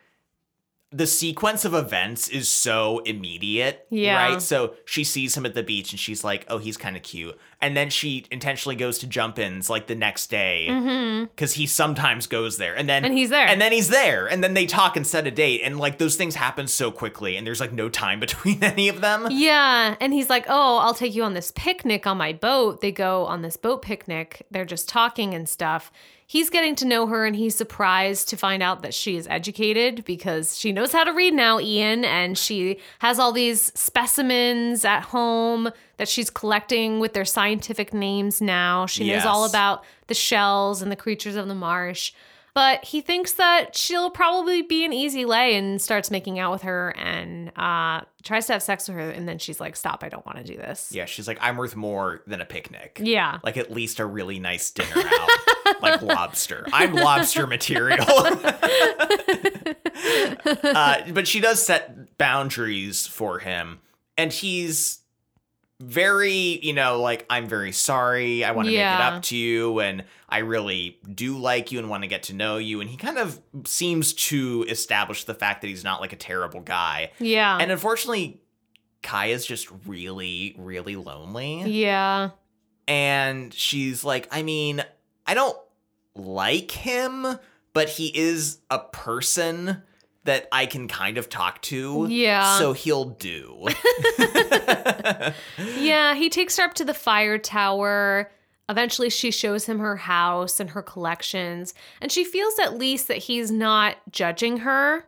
the sequence of events is so immediate.
Yeah.
Right? So she sees him at the beach and she's like, oh, he's kind of cute. And then she intentionally goes to jump ins like the next day
Mhm.
because he sometimes goes there. And then
And he's there.
and then he's there, and then they talk and set a date, and like those things happen so quickly, and there's like no time between any of them.
yeah, and he's like, "Oh, I'll take you on this picnic on my boat." They go on this boat picnic. They're just talking and stuff. He's getting to know her and he's surprised to find out that she is educated because she knows how to read now, Ian, and she has all these specimens at home that she's collecting with their scientific names now. She knows all
Yes.
about the shells and the creatures of the marsh. But he thinks that she'll probably be an easy lay and starts making out with her and uh, tries to have sex with her. And then she's like, Stop, I don't want to do this.
Yeah, she's like, I'm worth more than a picnic.
Yeah.
Like at least a really nice dinner out, like lobster. I'm lobster material. uh, but she does set boundaries for him, and he's very, you know, like I'm very sorry. I want to
Yeah.
make it up to you, and I really do like you and want to get to know you. And he kind of seems to establish the fact that he's not like a terrible guy.
Yeah.
And unfortunately, Kaya's just really, really lonely
yeah.
and she's like, I mean, I don't like him, but he is a person that I can kind of talk to.
Yeah.
So he'll do.
Yeah. He takes her up to the fire tower. Eventually, she shows him her house and her collections. And she feels at least that he's not judging her,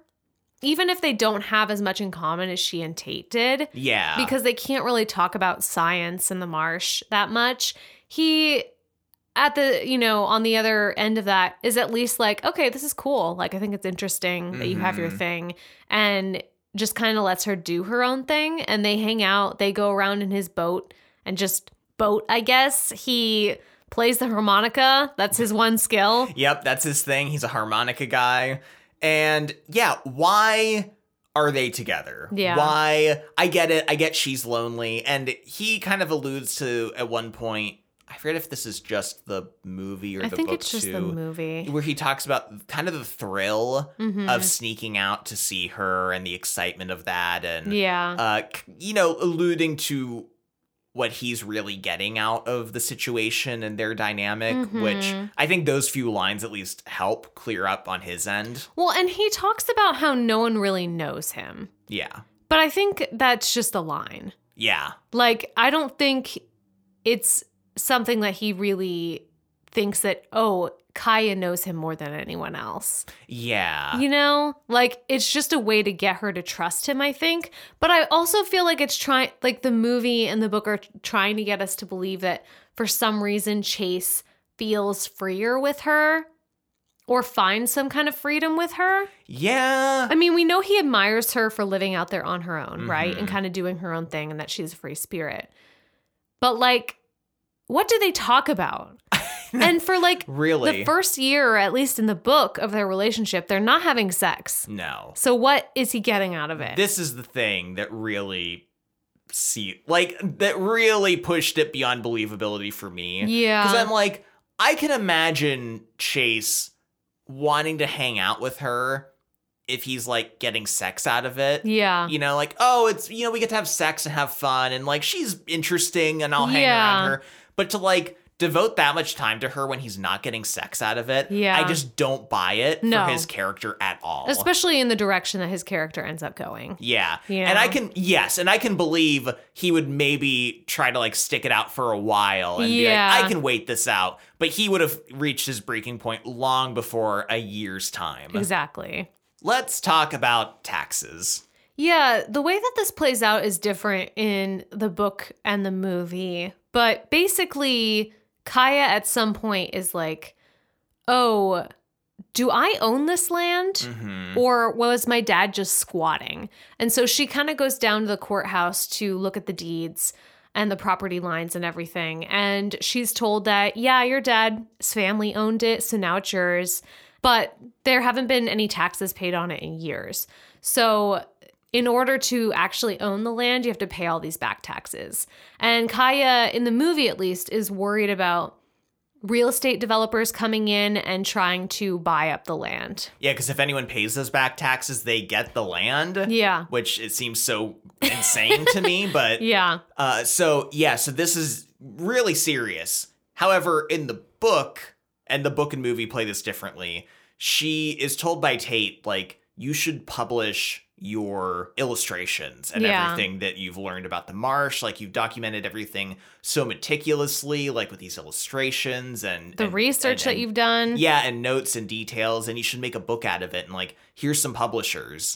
even if they don't have as much in common as she and Tate did.
yeah.
because they can't really talk about science in the marsh that much. He at the you know on the other end of that is at least like okay this is cool like i think it's interesting that you have your
Mhm.
thing and just kind of lets her do her own thing and they hang out they go around in his boat and just boat i guess he plays the harmonica that's his one skill
Yep, that's his thing. He's a harmonica guy. And yeah, why are they together?
Yeah.
Why? I get it. I get she's lonely. And he kind of alludes to at one point, I forget if this is just the movie or
i
the
think
book
it's just
too.
the movie
where he talks about kind of the thrill
Mhm.
of sneaking out to see her and the excitement of that and
yeah
uh c- you know alluding to what he's really getting out of the situation and their dynamic which
Mhm.
i think those few lines at least help clear up on his end
well and he talks about how no one really knows him
yeah
But I think that's just a line.
yeah
Like, I don't think it's something that he really thinks that, oh, Kaya knows him more than anyone else.
Yeah.
You know, like it's just a way to get her to trust him, I think. But I also feel like it's trying, like the movie and the book are t- trying to get us to believe that for some reason Chase feels freer with her or finds some kind of freedom with her.
Yeah.
I mean, we know he admires her for living out there on her own, right? And
Mhm.
kind of doing her own thing and that she's a free spirit. But like, what do they talk about? and for like
Really?
the first year, or at least in the book of their relationship, they're not having sex.
no.
So what is he getting out of it?
This is the thing that really see like that really pushed it beyond believability for me. Because
yeah.
I'm like, I can imagine Chase wanting to hang out with her if he's like getting sex out of it.
yeah.
You know, like, oh, it's, you know, we get to have sex and have fun and like she's interesting and I'll hang
Yeah.
around her. But to like devote that much time to her when he's not getting sex out of it,
Yeah.
I just don't buy it
No.
for his character at all.
Especially in the direction that his character ends up going.
Yeah.
Yeah.
And I can, yes, and I can believe he would maybe try to like stick it out for a while and be
Yeah.
like, I can wait this out. But he would have reached his breaking point long before a year's time.
Exactly.
Let's talk about taxes.
Yeah, the way that this plays out is different in the book and the movie. But basically, Kaya at some point is like, oh, do I own this land?
hmm
Or was my dad just squatting? And so she kind of goes down to the courthouse to look at the deeds and the property lines and everything. And she's told that, yeah, your dad's family owned it, so now it's yours. But there haven't been any taxes paid on it in years. So, in order to actually own the land, you have to pay all these back taxes. And Kaya, in the movie at least, is worried about real estate developers coming in and trying to buy up the land.
Yeah, because if anyone pays those back taxes, they get the land.
Yeah.
Which it seems so insane to me, but
Yeah.
Uh, so yeah, so this is really serious. However, in the book, and the book and movie play this differently, she is told by Tate, like, you should publish your illustrations and
Yeah.
everything that you've learned about the marsh. Like you've documented everything so meticulously, like with these illustrations and
The
and-
research
and-
that you've done.
yeah, and notes and details, and you should make a book out of it. And like, here's some publishers.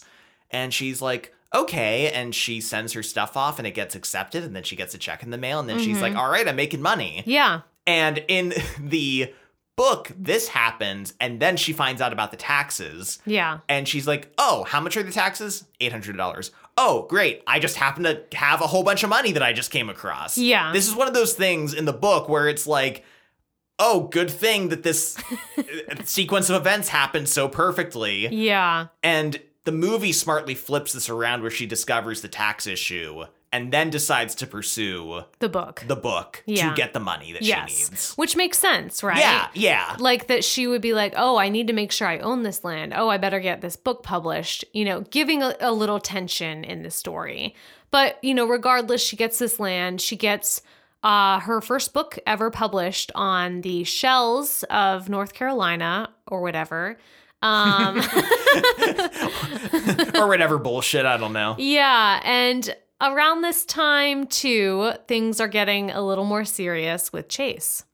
And she's like, okay. And she sends her stuff off, and it gets accepted. And then she gets a check in the mail. And then she's
Mhm.
like, all right, I'm making money.
Yeah.
And in the book, this happens. And then she finds out about the taxes.
Yeah.
And she's like, oh, how much are the taxes? $800. Oh, great. I just happen to have a whole bunch of money that I just came across.
Yeah.
This is one of those things in the book where it's like, oh, good thing that this uh, sequence of events happened so perfectly.
yeah.
And the movie smartly flips this around where she discovers the tax issue and then decides to pursue
The book.
the book
Yeah.
to get the money that she
yes.
needs.
Which makes sense, right?
Yeah, yeah.
Like that she would be like, oh, I need to make sure I own this land. Oh, I better get this book published. You know, giving a, a little tension in the story. But, you know, regardless, she gets this land. She gets uh, her first book ever published on the shells of North Carolina or whatever. Um,
or whatever bullshit, I don't know.
Yeah, and around this time too, things are getting a little more serious with Chase.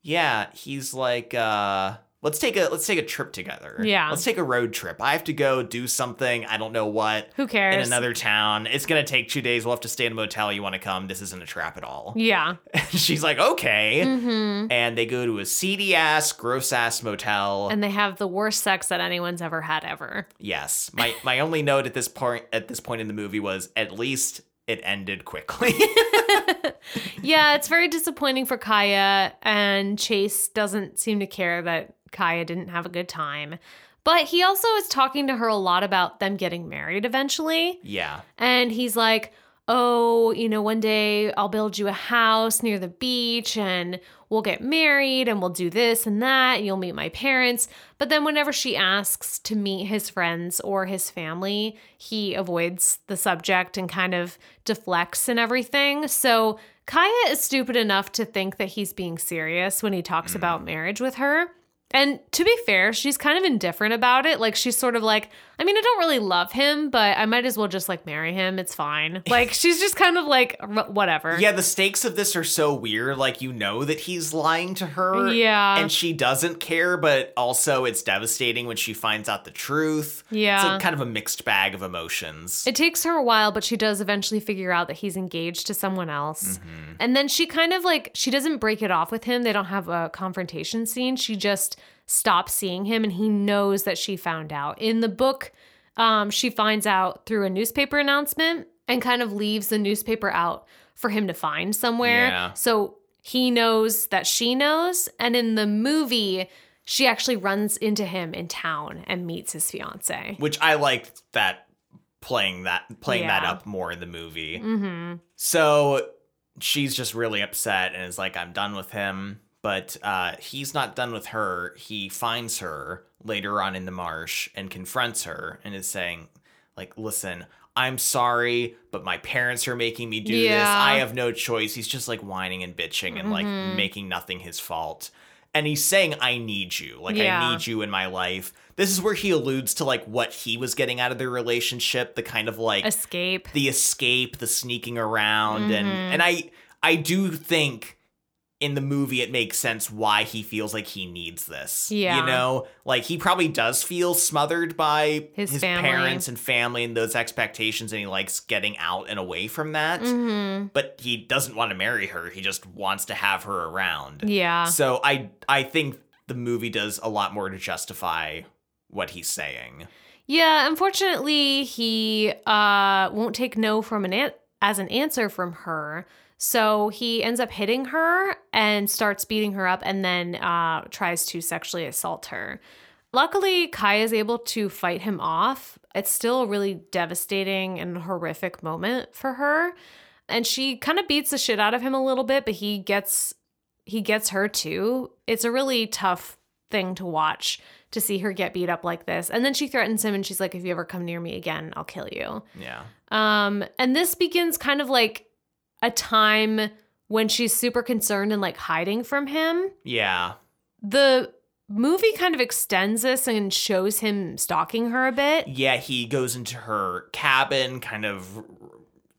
Yeah, he's like, uh, let's take a let's take a trip together.
Yeah.
Let's take a road trip. I have to go do something, I don't know what.
Who cares?
in another town. It's gonna take two days. We'll have to stay in a motel. You want to come? This isn't a trap at all.
Yeah.
She's like, okay.
hmm
And they go to a seedy ass, gross ass motel.
And they have the worst sex that anyone's ever had ever.
yes, my my only note at this point at this point in the movie was at least it ended quickly.
yeah, it's very disappointing for Kaya, and Chase doesn't seem to care that Kaya didn't have a good time. But he also is talking to her a lot about them getting married eventually.
yeah,
And he's like, Oh, you know, one day I'll build you a house near the beach and we'll get married and we'll do this and that and you'll meet my parents. But then, whenever she asks to meet his friends or his family, he avoids the subject and kind of deflects and everything. So, Kaya is stupid enough to think that he's being serious when he talks about marriage with her. And to be fair, she's kind of indifferent about it. Like she's sort of like, I mean, I don't really love him, but I might as well just like marry him. It's fine. Like she's just kind of like "Wh- whatever.
Yeah, the stakes of this are so weird. Like you know that he's lying to her.
Yeah.
And she doesn't care, but also it's devastating when she finds out the truth. It's
Yeah.
a, kind of a mixed bag of emotions.
It takes her a while, but she does eventually figure out that he's engaged to someone else. And then she kind of like, she doesn't break it off with him. They don't have a confrontation scene. She just stops seeing him and he knows that she found out. In the book, um, she finds out through a newspaper announcement and kind of leaves the newspaper out for him to find somewhere.
Yeah.
So he knows that she knows. And in the movie, she actually runs into him in town and meets his fiance.
which I liked that playing that playing that
Yeah.
up more in the movie.
Mm-hmm.
So she's just really upset and is like, I'm done with him. But uh, he's not done with her. He finds her later on in the marsh and confronts her and is saying, like, listen, I'm sorry, but my parents are making me do this.
Yeah.
I have no choice. He's just like whining and bitching and like
Mhm.
making nothing his fault. And he's saying, I need you. Like, I
Yeah.
need you in my life. This is where he alludes to like what he was getting out of their relationship, the kind of like
escape.
the escape, the sneaking around, and
Mhm.
and I I do think in the movie it makes sense why he feels like he needs this.
Yeah.
you know, like he probably does feel smothered by
His family.
parents and family and those expectations, and he likes getting out and away from that.
Mhm.
But he doesn't want to marry her. He just wants to have her around.
Yeah.
So I I think the movie does a lot more to justify what he's saying.
Yeah, unfortunately, he uh won't take no from an, an as an answer from her. So he ends up hitting her and starts beating her up and then uh tries to sexually assault her. Luckily, Kai is able to fight him off. It's still a really devastating and horrific moment for her. And she kind of beats the shit out of him a little bit, but he gets he gets her too. It's a really tough thing to watch to see her get beat up like this. And then she threatens him and she's like, if you ever come near me again, I'll kill you.
Yeah.
Um, and this begins kind of like a time when she's super concerned and like hiding from him.
Yeah.
The movie kind of extends this and shows him stalking her a bit.
yeah, he goes into her cabin, kind of r-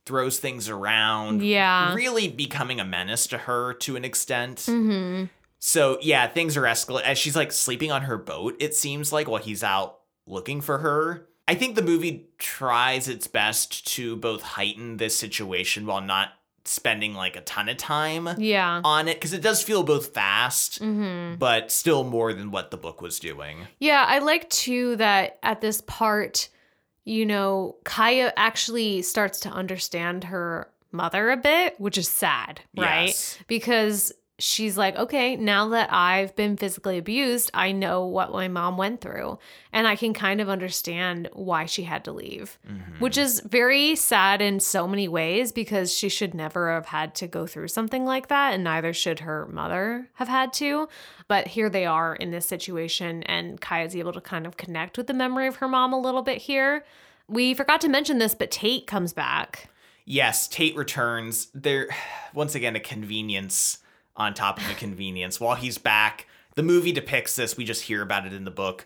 throws things around,
Yeah.
really becoming a menace to her to an extent.
Mm-hmm.
So, yeah, things are escalating. As she's like sleeping on her boat, it seems like while he's out looking for her. I think the movie tries its best to both heighten this situation while not spending like a ton of time
Yeah.
on it because it does feel both fast
Mm-hmm.
but still more than what the book was doing.
Yeah, I like too that at this part, you know, Kaya actually starts to understand her mother a bit, which is sad, right?
Yes.
Because she's like, okay, now that I've been physically abused, I know what my mom went through. And I can kind of understand why she had to leave,
Mhm.
which is very sad in so many ways because she should never have had to go through something like that. And neither should her mother have had to. But here they are in this situation. And Kaya's able to kind of connect with the memory of her mom a little bit here. We forgot to mention this, but Tate comes back.
Yes, Tate returns. There, once again, a convenience on top of a convenience. While he's back, the movie depicts this. We just hear about it in the book.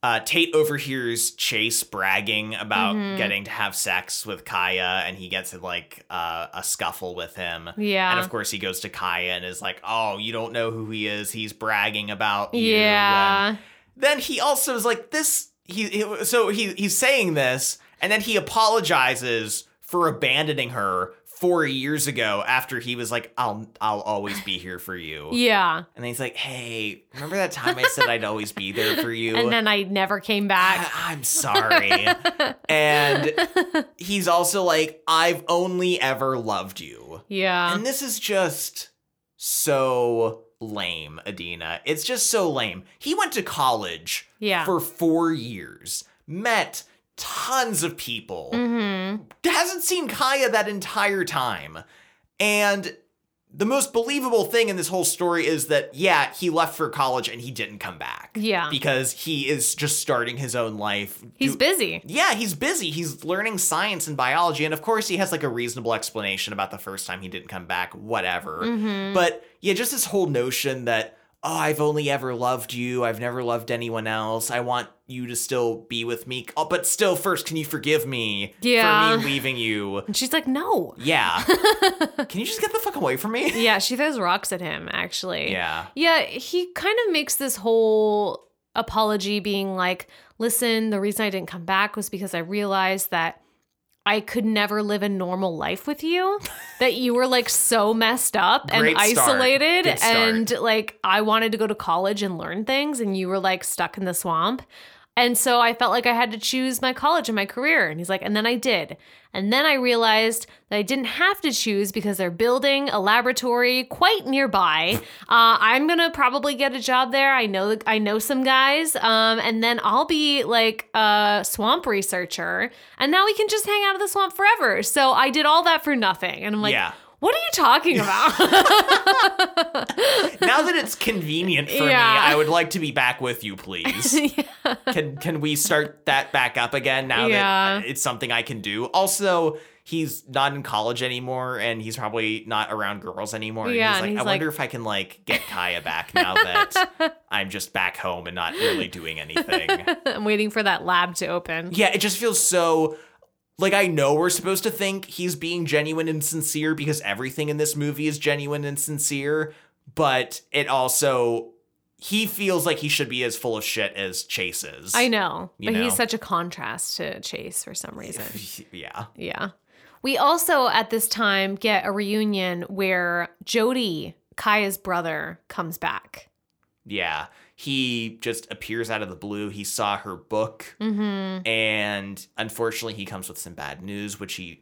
Uh, Tate overhears Chase bragging about
Mhm.
getting to have sex with Kaya, and he gets in like uh, a scuffle with him.
Yeah.
And of course, he goes to Kaya and is like, "Oh, you don't know who he is. He's bragging about you." And
yeah.
then he also is like this he, he- so he he's saying this and then he apologizes for abandoning her 4 years ago after he was like I'll I'll always be here for you.
Yeah.
And then he's like, "Hey, remember that time I said I'd always be there for you?"
And then I never came
I,
back.
I'm sorry. and he's also like, "I've only ever loved you."
yeah.
And this is just so lame, Adina. It's just so lame. He went to college
Yeah.
for four years, met tons of people,
mm-hmm.
hasn't seen Kaya that entire time. And the most believable thing in this whole story is that, yeah, he left for college and he didn't come back.
Yeah.
Because he is just starting his own life.
He's
Do-
busy.
yeah, he's busy. He's learning science and biology. And of course, he has like a reasonable explanation about the first time he didn't come back, whatever.
Mm-hmm.
But yeah, just this whole notion that, oh, I've only ever loved you. I've never loved anyone else. I want you to still be with me. Oh, but still, first, can you forgive me
Yeah.
for me leaving you?
And she's like, no.
Yeah. can you just get the fuck away from me?
Yeah, she throws rocks at him, actually.
Yeah.
Yeah, he kind of makes this whole apology being like, listen, the reason I didn't come back was because I realized that I could never live a normal life with you, that you were like so messed up and
Great start.
isolated.
Good start.
And like, I wanted to go to college and learn things, and you were like stuck in the swamp. And so I felt like I had to choose my college and my career. And he's like, and then I did. And then I realized that I didn't have to choose because they're building a laboratory quite nearby. Uh, I'm gonna probably get a job there. I know I know some guys, um, and then I'll be like a swamp researcher. And now we can just hang out of the swamp forever. So I did all that for nothing. And I'm like,
Yeah.
what are you talking about?
Now that it's convenient for me,
Yeah.
I would like to be back with you, please. Can can we start that back up again now
Yeah.
that it's something I can do? Also, he's not in college anymore and he's probably not around girls anymore. And
Yeah,
he's
and
like,
he's
I
like-
wonder if I can like get Kaya back now that I'm just back home and not really doing anything.
I'm waiting for that lab to open.
Yeah, it just feels so like I know we're supposed to think he's being genuine and sincere because everything in this movie is genuine and sincere, but it also he feels like he should be as full of shit as Chase is.
I know,
You
but
know.
he's such a contrast to Chase for some reason.
Yeah.
Yeah. We also at this time get a reunion where Jody, Kaya's brother, comes back.
Yeah. He just appears out of the blue. He saw her book
Mm-hmm.
and unfortunately he comes with some bad news which he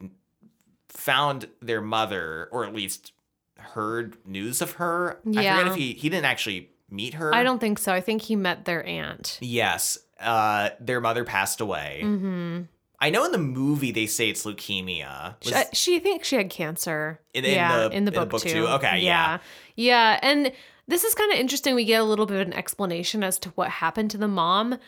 found their mother or at least heard news of her. I
Yeah.
forget if he he didn't actually meet her.
I don't think so. I think he met their aunt.
Yes. Uh, their mother passed away.
Mm-hmm.
I know in the movie they say it's leukemia. Was-
She, she I think she had cancer.
In- in the- in the book too? Okay, yeah.
yeah, Yeah, and this is kind of interesting. We get a little bit of an explanation as to what happened to the mom.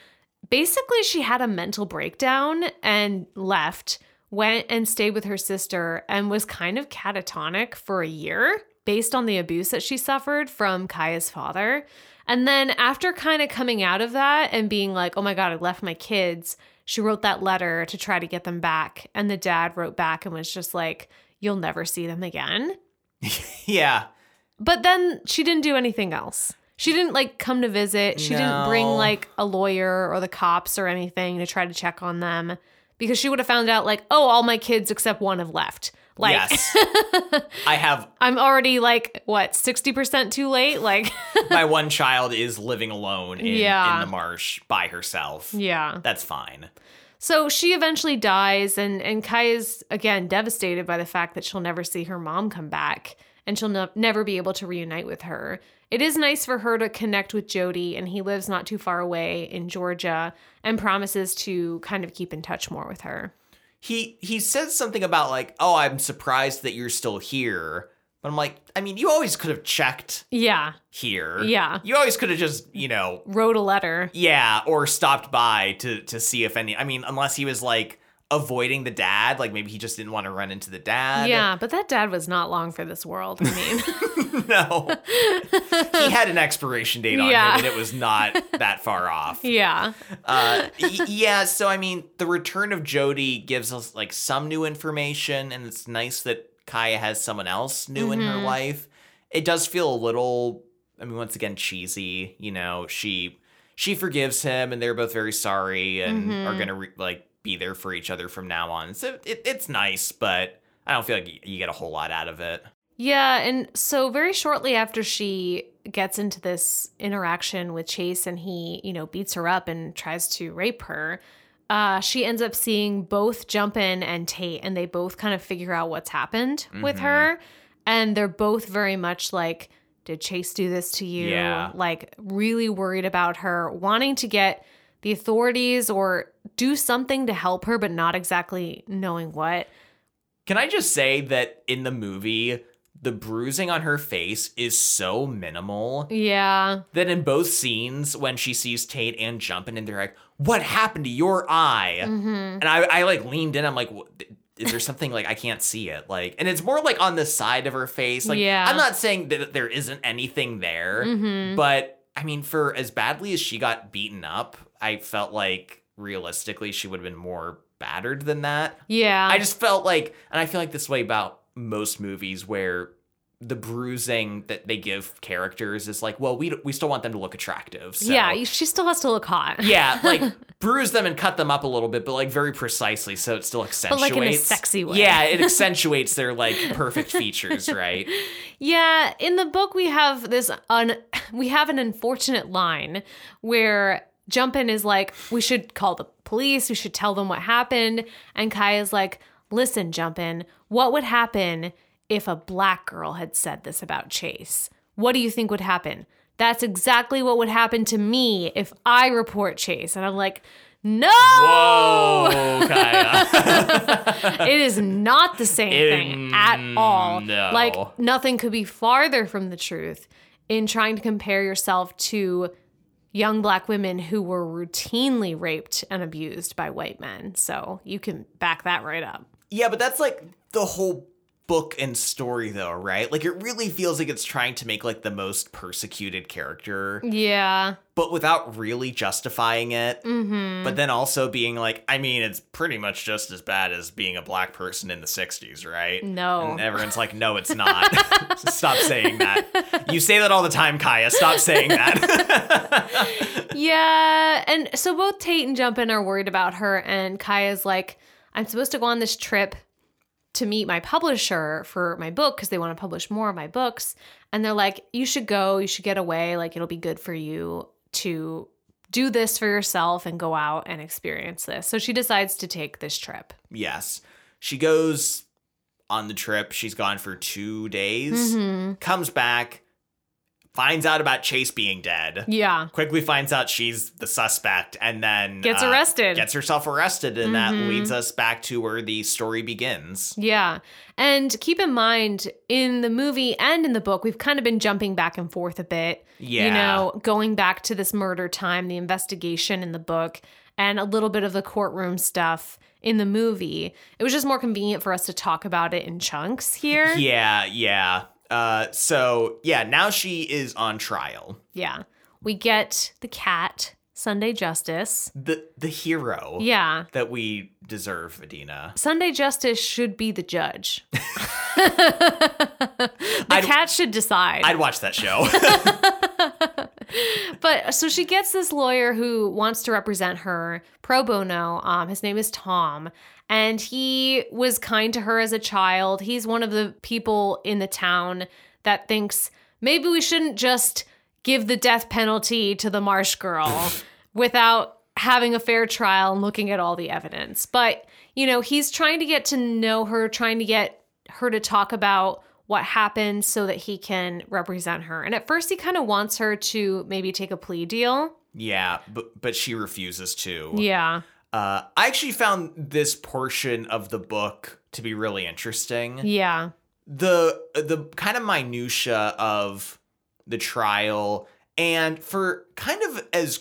Basically, she had a mental breakdown and left, went and stayed with her sister, and was kind of catatonic for a year based on the abuse that she suffered from Kaya's father. And then after kind of coming out of that and being like, oh my God, I left my kids, she wrote that letter to try to get them back. And the dad wrote back and was just like, you'll never see them again.
yeah.
But then she didn't do anything else. She didn't like come to visit. She didn't bring
No.
like a lawyer or the cops or anything to try to check on them because she would have found out like, oh, all my kids except one have left. Like
yes. I have
I'm already like what, 60% too late? Like
my one child is living alone in,
Yeah.
in the marsh by herself.
yeah.
That's fine.
So she eventually dies and and Kai is again devastated by the fact that she'll never see her mom come back and she'll ne- never be able to reunite with her. It is nice for her to connect with Jody and he lives not too far away in Georgia and promises to kind of keep in touch more with her.
He he says something about like, "Oh, I'm surprised that you're still here." But I'm like, I mean, you always could have checked
Yeah,
here.
Yeah.
You always could have just, you know,
wrote a letter.
Yeah, or stopped by to to see if any. I mean, unless he was like avoiding the dad, like maybe he just didn't want to run into the dad.
Yeah, but that dad was not long for this world. I mean,
no, he had an expiration date on
Yeah.
him, and it was not that far off.
yeah.
Uh, y- yeah, so I mean, the return of Jody gives us like some new information, and it's nice that Kaya has someone else new in her
Mhm.
life. It does feel a little, I mean, once again, cheesy. You know, she she forgives him, and they're both very sorry, and are
Mhm.
gonna re- like be there for each other from now on. So it, it's nice, but I don't feel like y- you get a whole lot out of it.
Yeah, and so very shortly after she gets into this interaction with Chase and he, you know, beats her up and tries to rape her, uh, she ends up seeing both Jumpin and Tate, and they both kind of figure out what's happened with
Mhm.
her. And they're both very much like, Did Chase do this to you?
Yeah.
Like, really worried about her, wanting to get the authorities or do something to help her, but not exactly knowing what.
Can I just say that in the movie, the bruising on her face is so minimal.
Yeah.
Then in both scenes, when she sees Tate and jumping, and they're like, "What happened to your eye?"
Mm hmm.
And I, I like leaned in. I'm like, "What- is there something like I can't see it? Like, and it's more like on the side of her face. Like,
Yeah.
I'm not saying that there isn't anything there,
Mhm.
but I mean, for as badly as she got beaten up, I felt like realistically she would have been more battered than that.
Yeah.
I just felt like, and I feel like this way about most movies where the bruising that they give characters is like, well, we we still want them to look attractive. So.
Yeah, you- she still has to look hot.
Yeah, like bruise them and cut them up a little bit, but like very precisely, so it still accentuates.
like, in a sexy way.
Yeah, it accentuates their like perfect features, right?
Yeah, in the book we have this un we have an unfortunate line where Jumpin is like, we should call the police, we should tell them what happened, and Kai is like, listen, Jumpin, what would happen if a black girl had said this about Chase? What do you think would happen? That's exactly what would happen to me if I report Chase. And I'm like, no, Oh.
Whoa, Kaya.
it is not the same
It-
thing at all.
no.
Like nothing could be farther from the truth in trying to compare yourself to young black women who were routinely raped and abused by white men. So you can back that right up.
yeah, but that's like the whole book and story, though, right? Like it really feels like it's trying to make like the most persecuted character,
Yeah.
but without really justifying it.
Mhm.
But then also being like, I mean, it's pretty much just as bad as being a black person in the 60s, right?
No.
And everyone's like, no, it's not. Stop saying that. You say that all the time, Kaya. Stop saying that.
yeah. And so both Tate and Jumpin are worried about her, and Kaya's like, I'm supposed to go on this trip to meet my publisher for my book because they want to publish more of my books. And they're like, You should go, you should get away. Like, it'll be good for you to do this for yourself and go out and experience this. So she decides to take this trip.
yes. She goes on the trip. She's gone for two days,
Mhm.
comes back, finds out about Chase being dead,
Yeah.
quickly finds out she's the suspect, and then
Gets
uh,
arrested.
Gets herself arrested, and that
Mhm.
leads us back to where the story begins.
Yeah. And keep in mind, in the movie and in the book, we've kind of been jumping back and forth a bit.
Yeah.
You know, going back to this murder time, the investigation in the book, and a little bit of the courtroom stuff in the movie. It was just more convenient for us to talk about it in chunks here.
Yeah, yeah. Uh, so yeah, now she is on trial.
Yeah. We get the cat, Sunday Justice.
The the hero
Yeah.
that we deserve, Adina.
Sunday Justice should be the judge. the
I'd-
cat should decide.
I'd watch that show.
But so she gets this lawyer who wants to represent her pro bono. Um, his name is Tom, and he was kind to her as a child. He's one of the people in the town that thinks maybe we shouldn't just give the death penalty to the Marsh girl without having a fair trial and looking at all the evidence. But, you know, he's trying to get to know her, trying to get her to talk about what happened so that he can represent her. And at first, he kind of wants her to maybe take a plea deal.
yeah, but but she refuses to.
Yeah.
Uh, I actually found this portion of the book to be really interesting.
Yeah.
the the kind of minutia of the trial and for kind of as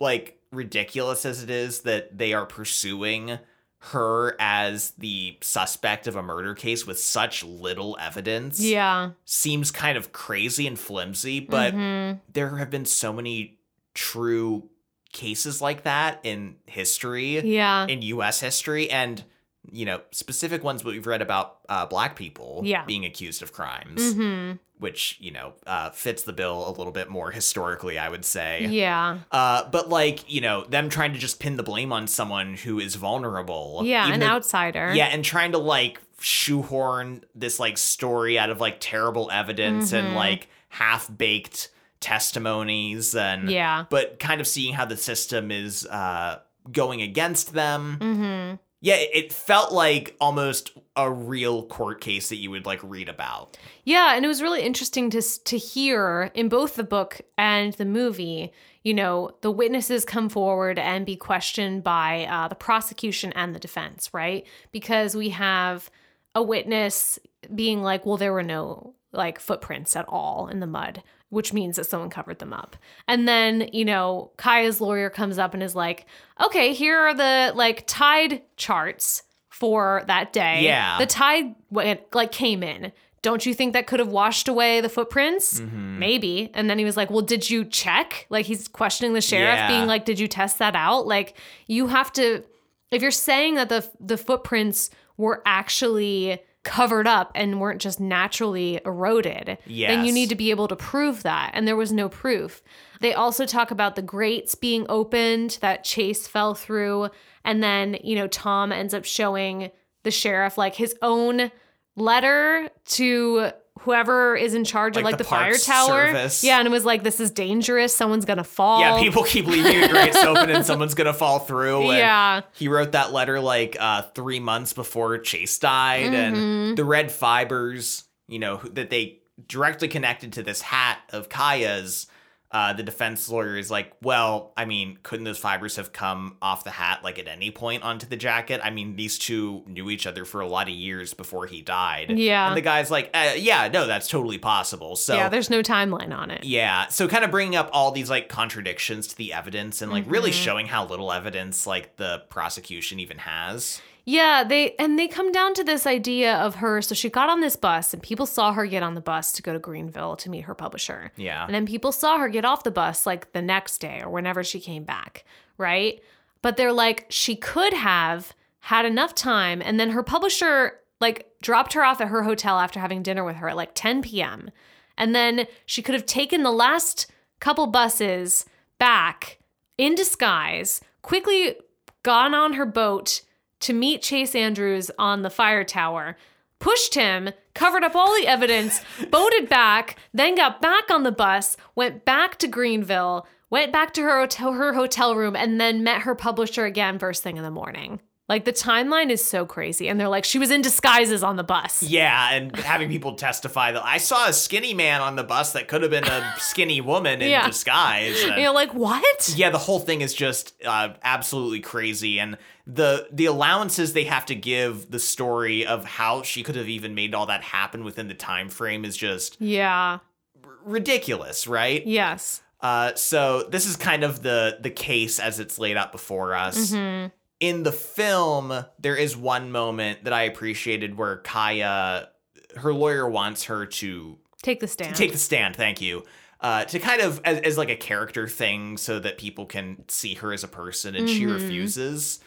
like ridiculous as it is that they are pursuing her as the suspect of a murder case with such little evidence
Yeah.
seems kind of crazy and flimsy but
Mhm.
there have been so many true cases like that in history
yeah.
in U.S. history and you know specific ones that we've read about uh, black people
Yeah.
being accused of crimes,
hmm
which you know uh, fits the bill a little bit more historically, I would say.
Yeah.
Uh, but like you know them trying to just pin the blame on someone who is vulnerable.
Yeah.
even
An
though-
outsider.
Yeah, and trying to like shoehorn this like story out of like terrible evidence
Mhm.
and like half baked testimonies and
Yeah.
but kind of seeing how the system is uh going against them
hmm
yeah, it it felt like almost a real court case that you would like read about.
Yeah, and it was really interesting to s- to hear in both the book and the movie. You know, the witnesses come forward and be questioned by uh, the prosecution and the defense, right? Because we have a witness being like, "Well, there were no like footprints at all in the mud," which means that someone covered them up. And then, you know, Kaya's lawyer comes up and is like, "Okay, here are the like tide charts." for that day.
Yeah.
The tide went, like came in. Don't you think that could have washed away the footprints?
Mm-hmm.
Maybe. And then he was like, "Well, did you check?" Like he's questioning the sheriff
Yeah.
being like, "Did you test that out?" Like you have to if you're saying that the the footprints were actually covered up and weren't just naturally eroded, then you
Yes.
need to be able to prove that. And there was no proof. They also talk about the grates being opened that Chase fell through. And then, you know, Tom ends up showing the sheriff like his own letter to whoever is in charge of
Like
like the,
the
fire
Parks
tower.
Service.
Yeah. And it was like, this is dangerous. Someone's going to fall.
Yeah, people keep leaving your grates open and someone's gonna fall through. And
Yeah.
He wrote that letter like uh, three months before Chase died, and the red fibers, you know, who- that they directly connected to this hat of Kaya's. Uh, the defense lawyer is like, well, I mean, couldn't those fibers have come off the hat like at any point onto the jacket? I mean, these two knew each other for a lot of years before he died.
Yeah.
And the guy's like, uh, yeah, no, that's totally possible. So E
yeah. There's no timeline on it.
yeah. So kind of bringing up all these like contradictions to the evidence and like really
Mm-hmm.
showing how little evidence like the prosecution even has.
Yeah, they and they come down to this idea of her. So she got on this bus, and people saw her get on the bus to go to Greenville to meet her publisher.
Yeah.
And then people saw her get off the bus like the next day or whenever she came back, right? But they're like, she could have had enough time. And then her publisher like dropped her off at her hotel after having dinner with her at like 10 p.m. And then she could have taken the last couple buses back in disguise, quickly gone on her boat to meet Chase Andrews on the fire tower, pushed him, covered up all the evidence, boated back, then got back on the bus, went back to Greenville, went back to her hotel, her hotel room, and then met her publisher again first thing in the morning. Like the timeline is so crazy. And they're like, she was in disguises on the bus.
Yeah, and having people testify that I saw a skinny man on the bus that could have been a skinny woman in
Yeah.
disguise. and-
And you're like, what?
yeah, the whole thing is just uh, absolutely crazy, and the the allowances they have to give the story of how she could have even made all that happen within the time frame is just
Yeah.
r- ridiculous, right?
Yes.
Uh, so this is kind of the the case as it's laid out before us.
Mhm.
In the film, there is one moment that I appreciated where Kaya, her lawyer, wants her to
Take the stand.
take the stand. Thank you. Uh, to kind of as, as like a character thing, so that people can see her as a person, and she
Mhm.
refuses.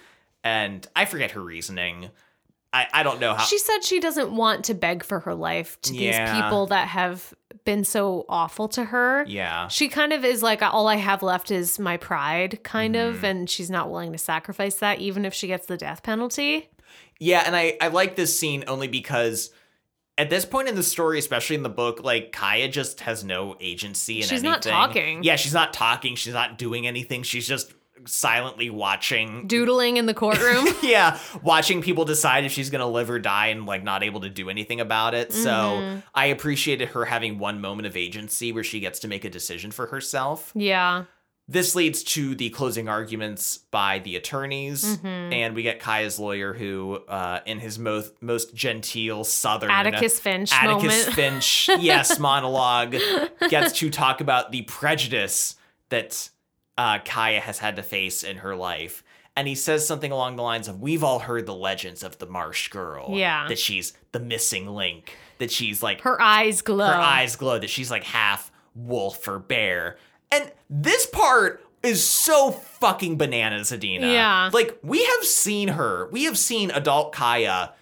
And I forget her reasoning. I I don't know how.
She said she doesn't want to beg for her life to these
Yeah.
people that have been so awful to her.
yeah.
She kind of is like, all I have left is my pride, kind of,
Mhm.
and she's not willing to sacrifice that, even if she gets the death penalty.
Mm-hmm. Yeah, and I I like this scene only because at this point in the story, especially in the book, like Kaya just has no agency in
She's
anything.
not talking.
Yeah, she's not talking. She's not doing anything. She's just silently watching.
Doodling in the courtroom.
yeah, watching people decide if she's gonna live or die, and like not able to do anything about it. So
Mhm.
I appreciated her having one moment of agency where she gets to make a decision for herself.
yeah.
This leads to the closing arguments by the attorneys
Mhm.
and we get Kaya's lawyer, who, uh, in his most most genteel Southern
Atticus Finch
Atticus
moment.
Finch, yes, monologue, gets to talk about the prejudice that uh, Kaya has had to face in her life. And he says something along the lines of, "We've all heard the legends of the Marsh Girl,
Yeah.
that she's the missing link, that she's like
Her eyes glow.
her eyes glow that she's like half wolf or bear. And this part is so fucking bananas, Adina.
Yeah.
Like, we have seen her. We have seen adult Kaya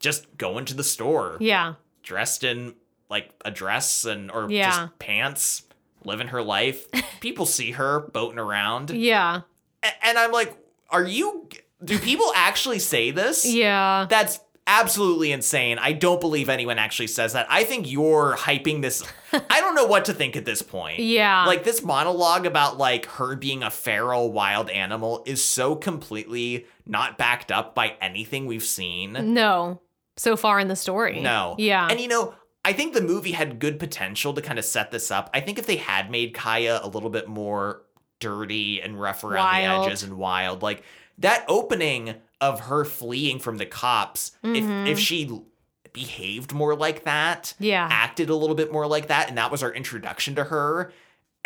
just go into the store
Yeah.
dressed in like a dress and or
Yeah.
just pants, living her life. People see her boating around.
Yeah.
A- and I'm like, are you do people actually say this?
Yeah.
That's absolutely insane. I don't believe anyone actually says that. I think you're hyping this. I don't know what to think at this point.
Yeah.
Like this monologue about like her being a feral wild animal is so completely not backed up by anything we've seen.
no. So far in the story.
uh, No.
Yeah.
And you know, I think the movie had good potential to kind of set this up. I think if they had made Kaya a little bit more dirty and rough around
Wild.
the edges and wild, like that opening of her fleeing from the cops,
Mhm.
if if she l- behaved more like that,
yeah. Ah.
acted a little bit more like that, and that was our introduction to her,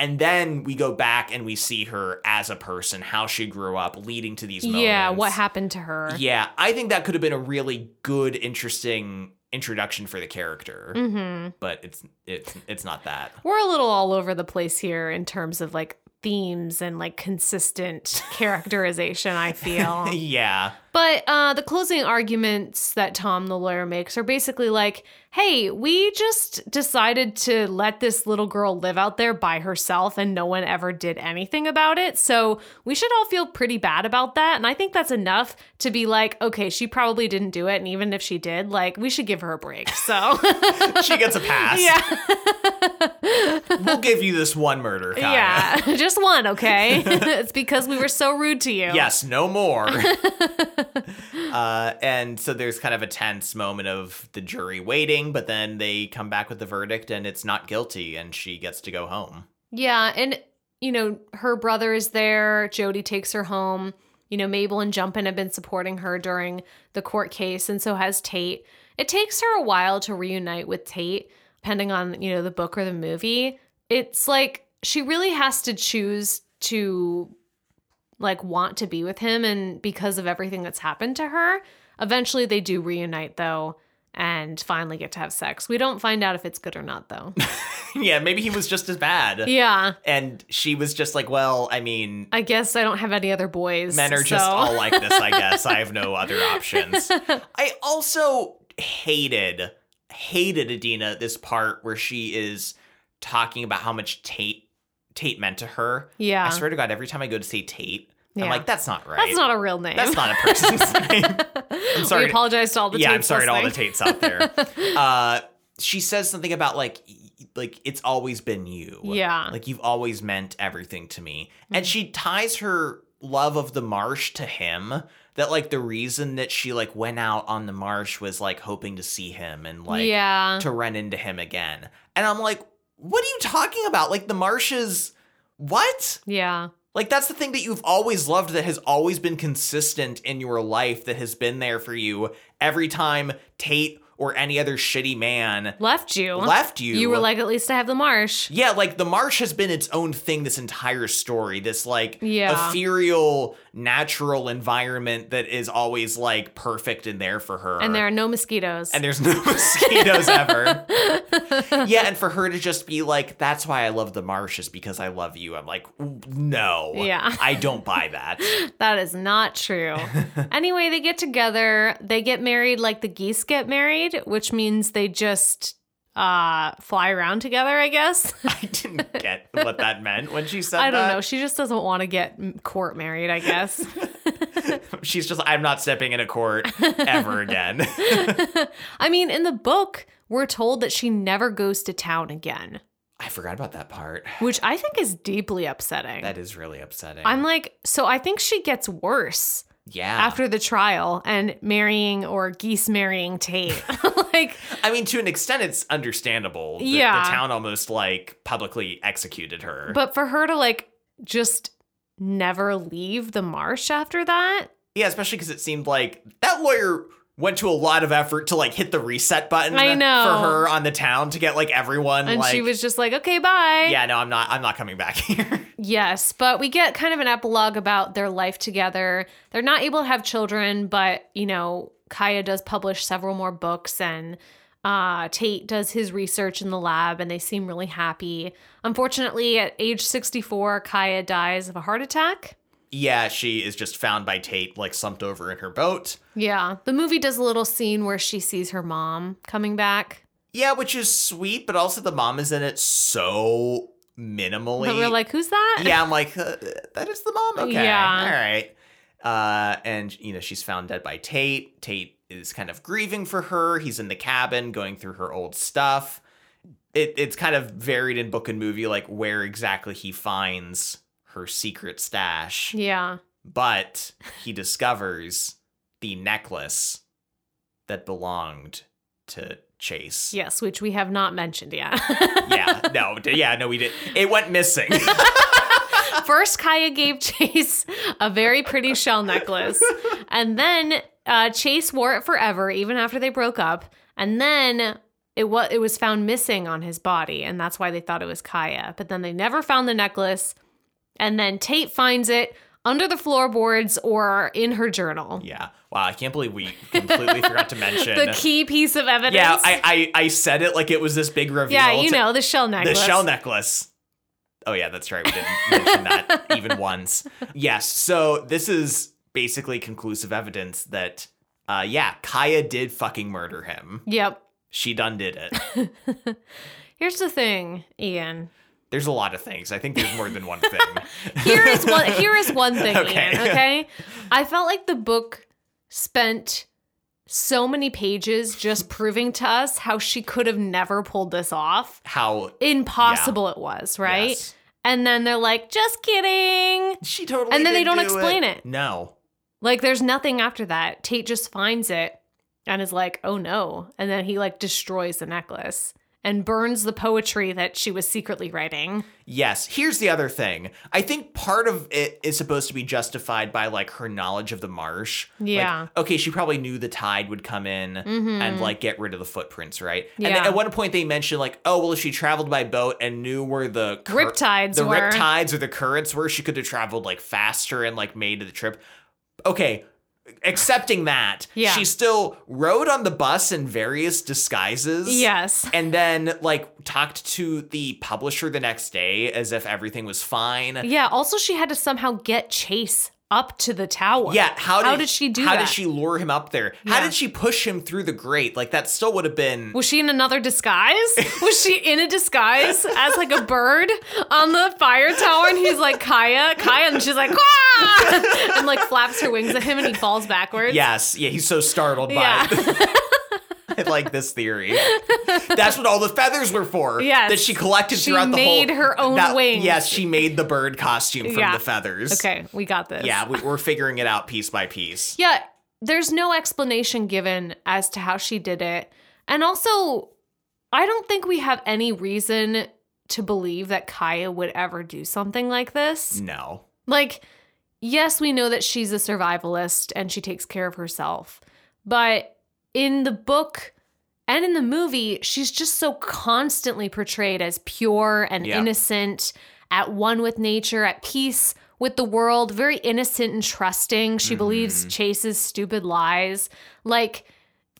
And then we go back and we see her as a person, how she grew up, leading to these moments.
Yeah, what happened to her?
Yeah, I think that could have been a really good, interesting introduction for the character,
Mm-hmm.
but it's it's it's not that.
We're a little all over the place here in terms of like themes and like consistent characterization, I feel.
yeah,
But uh, the closing arguments that Tom the lawyer makes are basically like, hey, we just decided to let this little girl live out there by herself and no one ever did anything about it. So we should all feel pretty bad about that. And I think that's enough to be like, okay, she probably didn't do it. And even if she did, like, we should give her a break. So,
she gets a pass.
yeah.
We'll give you this one murder. Kaya.
Yeah. Just one, okay? it's because we were so rude to you.
Yes, no more. uh, and so there's kind of a tense moment of the jury waiting, but then they come back with the verdict and it's not guilty, and she gets to go home.
Yeah, and you know, her brother is there, Jody takes her home. You know, Mabel and Jumpin have been supporting her during the court case and so has Tate. It takes her a while to reunite with Tate, depending on, you know, the book or the movie. It's like she really has to choose to like want to be with him and because of everything that's happened to her, eventually they do reunite though and finally get to have sex. We don't find out if it's good or not though.
yeah, maybe he was just as bad.
yeah.
And she was just like, well, I mean,
I guess I don't have any other boys.
men are just
so-
all like this, I guess. I have no other options. I also hated, hated Adina this part where she is talking about how much Tate Tate meant to her.
yeah.
I swear to God, every time I go to say Tate, I'm
Yeah.
like, that's not right.
That's not a real name.
That's not a person's name. I'm sorry.
We apologize to all the
yeah, I'm
tapes
sorry to all the
listening.
Tates out there. uh, she says something about like, y- like it's always been you.
Yeah. Mm-hmm.
like you've always meant everything to me, and she ties her love of the marsh to him. That like the reason that she like went out on the marsh was like hoping to see him and like
yeah.
to run into him again. And I'm like, what are you talking about? Like the marshes, what?
Yeah.
Like that's the thing that you've always loved that has always been consistent in your life that has been there for you every time Tate or any other shitty man
Left you.
left you.
You were like, at least I have the marsh.
yeah, like the marsh has been its own thing this entire story. This like
Yeah.
ethereal natural environment that is always like perfect and there for her.
And there are no mosquitoes.
and there's no mosquitoes ever. yeah, and for her to just be like, "That's why I love the marsh is because I love you." I'm like, no,
Yeah.
I don't buy that.
that is not true. anyway, they get together. They get married like the geese get married, which means they just uh fly around together, I guess.
I didn't get what that meant when she said
I don't
that.
know. She just doesn't want to get m- court married, I guess.
She's just, I'm not stepping in a court ever again.
I mean, in the book, we're told that she never goes to town again,
I forgot about that part.
which I think is deeply upsetting.
That is really upsetting.
I'm like, so I think she gets worse
yeah.
after the trial and marrying or geese marrying Tate. like,
I mean, to an extent, it's understandable. that
Yeah.
The town almost like publicly executed her.
but for her to like just never leave the marsh after that,
yeah, especially because it seemed like that lawyer went to a lot of effort to like hit the reset button
I know.
for her on the town to get like everyone
and
like
she was just like, okay, bye.
yeah no i'm not i'm not coming back here
Yes, but we get kind of an epilogue about their life together. They're not able to have children, but you know, Kaya does publish several more books and uh, Tate does his research in the lab and they seem really happy. Unfortunately, at age 64, Kaya dies of a heart attack.
yeah she is just found by tate like slumped over in her boat
Yeah. The movie does a little scene where she sees her mom coming back.
Yeah, which is sweet, but also the mom is in it so minimally.
But we're like, who's that?
yeah, I'm like, uh, that is the mom. Okay,
Yeah.
all right. Uh, and you know, she's found dead by Tate. Tate is kind of grieving for her. He's in the cabin going through her old stuff. It it's kind of varied in book and movie, like where exactly he finds her secret stash.
Yeah.
But he discovers the necklace that belonged to Chase
Yes, which we have not mentioned yet.
yeah, no, d- yeah, no, we did. It went missing.
First, Kaya gave Chase a very pretty shell necklace. And then uh, Chase wore it forever, even after they broke up. And then It was it was found missing on his body, and that's why they thought it was Kaya. But then they never found the necklace, and then Tate finds it under the floorboards or in her journal.
Yeah. Wow. I can't believe we completely forgot to mention.
The key piece of evidence.
yeah, I, I I said it like it was this big reveal.
yeah, you
to-
know the shell
the
necklace.
shell necklace. Oh yeah, that's right. We didn't mention that even once. Yes. So this is basically conclusive evidence that, uh, yeah, Kaya did fucking murder him.
Yep.
She done did it.
Here's the thing, Ian.
There's a lot of things. I think there's more than one thing.
Here is one. Here is one thing,
Okay.
Ian. Okay, I felt like the book spent so many pages just proving to us how she could have never pulled this off.
How?
Impossible it was, right?
Yes.
And then they're like, "Just kidding."
She totally.
And then they
did
don't
do
explain it.
No.
Like there's nothing after that. Tate just finds it and is like, "Oh no." And then he like destroys the necklace and burns the poetry that she was secretly writing.
Yes. Here's the other thing. I think part of it is supposed to be justified by like her knowledge of the marsh. Like,
Yeah. Mm-hmm.
okay, she probably knew the tide would come in and like get rid of the footprints, right? And
Yeah.
at one point they mentioned like, oh well, if she traveled by boat and knew where the cur-
Riptides
the
were.
riptides or the currents were, she could have traveled like faster and like made the trip. Okay. Accepting that,
Yeah.
she still rode on the bus in various disguises
Yes.
and then like talked to the publisher the next day as if everything was fine.
Yeah, also she had to somehow get Chase up to the tower.
Yeah, how did,
How did she do
How
that?
did she lure him up there? How
Yeah.
did she push him through the grate? Like that still would have been
Was she in another disguise? Was she in a disguise as like a bird on the fire tower? And he's like, Kaya, Kaya. And she's like, "Ah!" and like flaps her wings at him and he falls backwards.
Yes, yeah, he's so startled
Yeah.
by it. I like this theory. That's what all the feathers were for.
Yes.
That she collected
She
throughout the whole
made her own wings.
Yes, she made the bird costume from
Yeah.
the feathers.
Okay, we got this.
Yeah, we, we're figuring it out piece by piece.
Yeah. There's no explanation given as to how she did it. And also, I don't think we have any reason to believe that Kaya would ever do something like this.
No.
Like, yes, we know that she's a survivalist and she takes care of herself, but in the book and in the movie, she's just so constantly portrayed as pure and
Yeah.
innocent, at one with nature, at peace with the world, very innocent and trusting. She believes Chase's stupid lies. Like,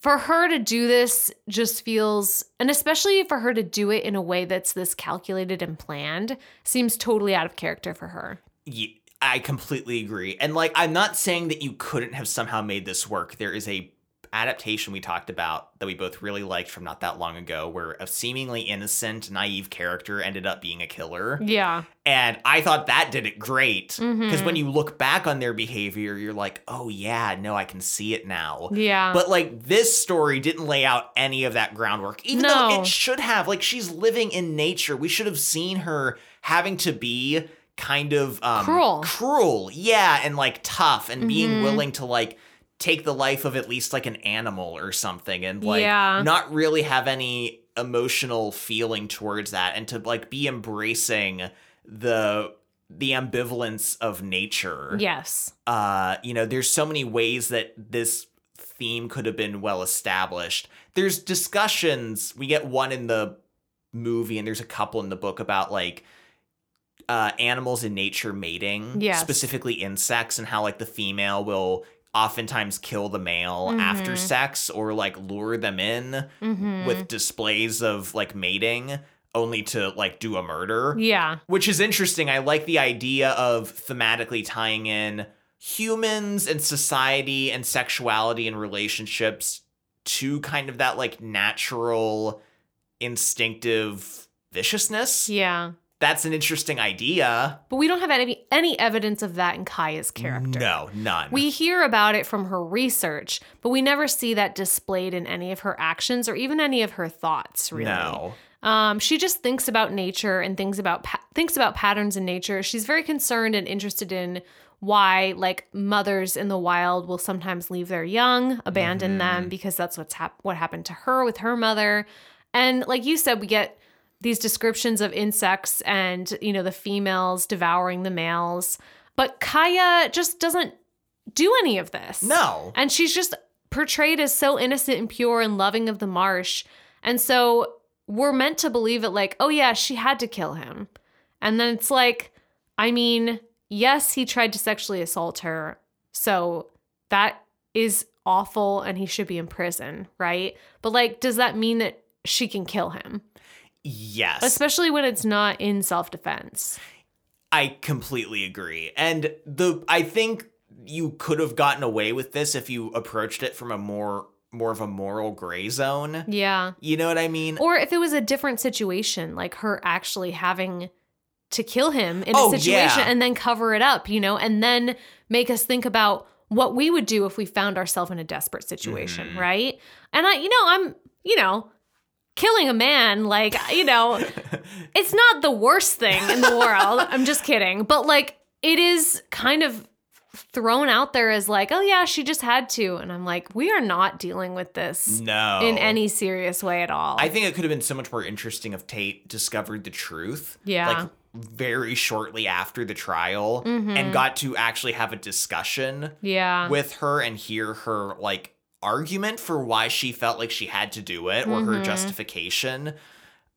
for her to do this just feels, and especially for her to do it in a way that's this calculated and planned, seems totally out of character for her.
Ye- I completely agree. And like I'm not saying that you couldn't have somehow made this work. There is a adaptation we talked about that we both really liked from not that long ago where a seemingly innocent, naive character ended up being a killer.
Yeah.
And I thought that did it great because
Mhm.
when you look back on their behavior, you're like, "Oh yeah, no, I can see it now."
Yeah.
But like this story didn't lay out any of that groundwork, even though
No.
it should have. Like she's living in nature. We should have seen her having to be kind of um,
Cruel.
cruel, yeah, and like tough, and being
Mhm.
willing to like take the life of at least like an animal or something, and like
Yeah.
not really have any emotional feeling towards that, and to like be embracing the the ambivalence of nature
yes.
uh, you know, there's so many ways that this theme could have been well established. There's discussions. We get one in the movie, and there's a couple in the book about like uh, animals in nature mating,
Yes.
specifically insects, and how like the female will oftentimes kill the male after
Mhm.
sex or like lure them in
Mm-hmm.
with displays of like mating only to like do a murder
yeah.
which is interesting. I like the idea of thematically tying in humans and society and sexuality and relationships to kind of that like natural instinctive viciousness.
Yeah.
That's an interesting idea.
But we don't have any any evidence of that in Kaya's character.
No, none.
We hear about it from her research, but we never see that displayed in any of her actions or even any of her thoughts, really.
No.
Um, she just thinks about nature and thinks about pa- thinks about patterns in nature. She's very concerned and interested in why like mothers in the wild will sometimes leave their young, abandon them because that's what's hap- what happened to her with her mother. And like you said, we get these descriptions of insects and you know the females devouring the males, but Kaya just doesn't do any of this.
No.
And she's just portrayed as so innocent and pure and loving of the marsh. And so we're meant to believe it like, oh yeah, she had to kill him. And then it's like, I mean, yes, he tried to sexually assault her. So that is awful and he should be in prison, right? But like, does that mean that she can kill him?
Yes.
Especially when it's not in self defense.
I completely agree. And the I think you could have gotten away with this if you approached it from a more more of a moral gray zone.
Yeah.
You know what I mean?
Or if it was a different situation, like her actually having to kill him in
Oh,
a situation
yeah.
and then cover it up, you know, and then make us think about what we would do if we found ourselves in a desperate situation,
Mhm.
right? And I, you know, I'm, you know, killing a man, like, you know, it's not the worst thing in the world. I'm just kidding. But like, it is kind of thrown out there as like, oh yeah, she just had to. And I'm like, we are not dealing with this
no.
in any serious way at all.
I think it could have been so much more interesting if Tate discovered the truth.
Yeah.
Like very shortly after the trial and got to actually have a discussion
Mm-hmm. yeah.
with her and hear her like argument for why she felt like she had to do it or her
Mhm.
justification.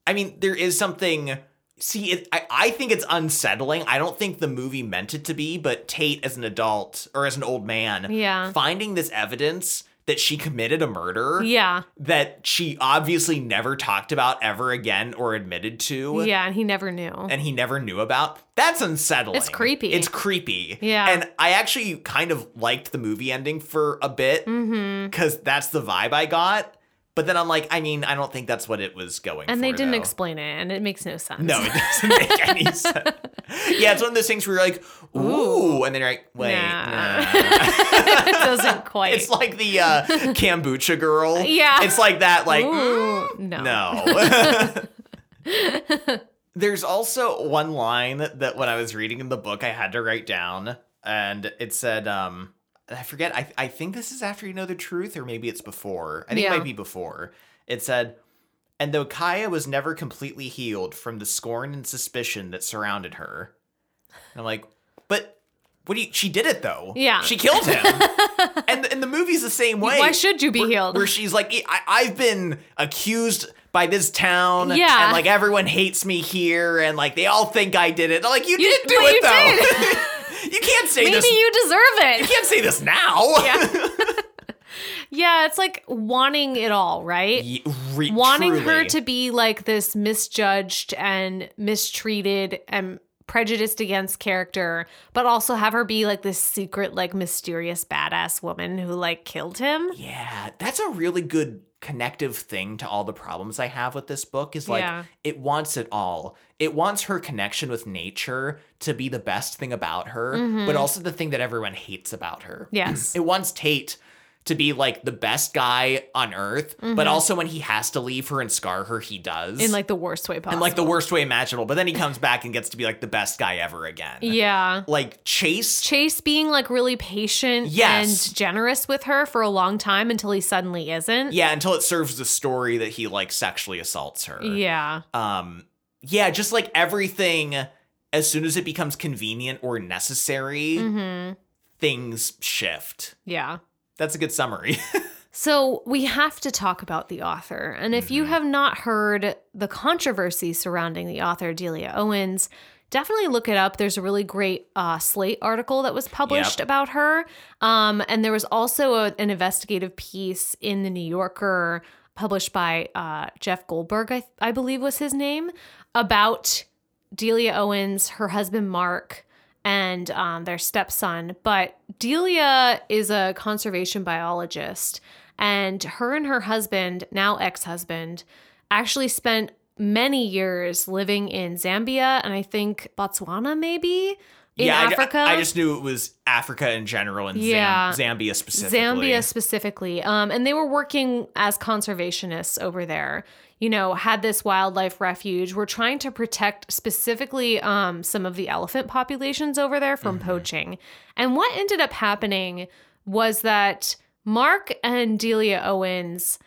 I mean, there is something. See, it, I, I think it's unsettling. I don't think the movie meant it to be, but Tate, as an adult or as an old man,
yeah.
finding this evidence that she committed a murder
Yeah.
that she obviously never talked about ever again or admitted to
Yeah. And he never knew.
and he never knew about. That's unsettling.
It's creepy.
It's creepy.
Yeah.
And I actually kind of liked the movie ending for a bit
mm-hmm.
because that's the vibe I got. But then I'm like, I mean, I don't think that's what it was going for.
And they didn't
though.
explain it, and it makes no sense.
No, it doesn't make any sense. Yeah, it's one of those things where you're like, ooh, and then you're like, wait,
Nah.
nah.
it doesn't quite.
it's like the uh, kombucha girl.
Yeah.
It's like that, like, "Mm,
Ooh, no.
No. There's also one line that when I was reading in the book, I had to write down, and it said, um, I forget, I, I think this is after you know the truth, or maybe it's before. I think
Yeah.
it might be before. It said, and though Kaya was never completely healed from the scorn and suspicion that surrounded her, And I'm like, but what do you, she did it though.
Yeah.
She killed him. and, and the movie's the same way
Why should you be healed?
where she's like, I- I've been accused by this town,
Yeah.
and like everyone hates me here, and like they all think I did it. I'm like you,
You-
did do
but you
it though. you can't say
Maybe
this. You-,
you deserve it.
can't say this now.
Yeah. yeah, it's like wanting it all, right?
Ye- re-
wanting her
truly.
to be like this misjudged and mistreated and prejudiced against character, but also have her be like this secret, like mysterious badass woman who like killed him.
Yeah, that's a really good connective thing to all the problems I have with this book is like
Yeah.
it wants it all. It wants her connection with nature to be the best thing about her,
Mm-hmm.
but also the thing that everyone hates about her.
Yes.
It wants Tate to be like the best guy on earth, but also when he has to leave her and scar her, he does.
Mm-hmm. In like the worst way possible.
in like the worst way imaginable. But then he comes back and gets to be like the best guy ever again.
yeah.
Like Chase
Chase being like really patient
Yes.
and generous with her for a long time until he suddenly isn't.
yeah, until it serves the story that he like sexually assaults her.
Yeah.
um yeah just like everything as soon as it becomes convenient or necessary
hmm
things shift
Yeah.
that's a good summary
So we have to talk about the author. And if you have not heard the controversy surrounding the author Delia Owens, definitely look it up. There's a really great uh, Slate article that was published about her. Um, and there was also a- an investigative piece in the New Yorker published by uh, Jeff Goldberg, I, I believe was his name, about Delia Owens, her husband Mark, and um, their stepson. But Delia is a conservation biologist, and her and her husband, now ex husband, actually spent many years living in Zambia and I think Botswana, maybe in
yeah I ju-
Africa.
I, just knew it was africa in general and Zam-
Yeah.
zambia specifically
Zambia specifically. Um, and they were working as conservationists over there. You know, had this wildlife refuge. We're trying to protect specifically um, some of the elephant populations over there from
Mm-hmm.
poaching. And what ended up happening was that Mark and Delia Owens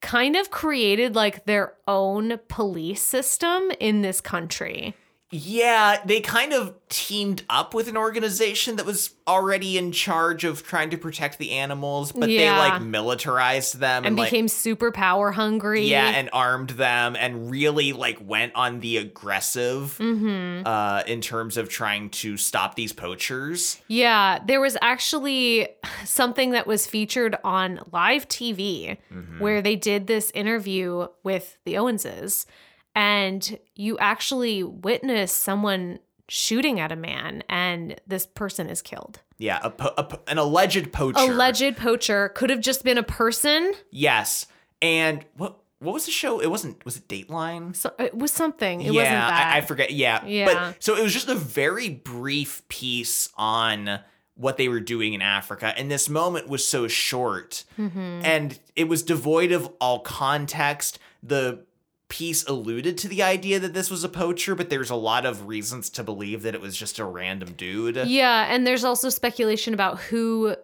kind of created like their own police system in this country.
Yeah, they kind of teamed up with an organization that was already in charge of trying to protect the animals, but
Yeah.
they like militarized them
and
like,
became super power hungry.
yeah, and armed them and really like went on the aggressive
mm-hmm.
uh in terms of trying to stop these poachers.
Yeah, there was actually something that was featured on live TV
Mm-hmm.
where they did this interview with the Owenses, and you actually witness someone shooting at a man, and this person is killed.
Yeah, a po- a po- an alleged poacher.
Alleged poacher could have just been a person.
Yes. And what what was the show? It wasn't was it Dateline?
So uh, it was something. It
yeah,
wasn't that.
I, I forget. Yeah.
Yeah.
But so it was just a very brief piece on what they were doing in Africa. And this moment was so short
Mhm.
and it was devoid of all context. The piece alluded to the idea that this was a poacher, but there's a lot of reasons to believe that it was just a random dude.
Yeah, and there's also speculation about who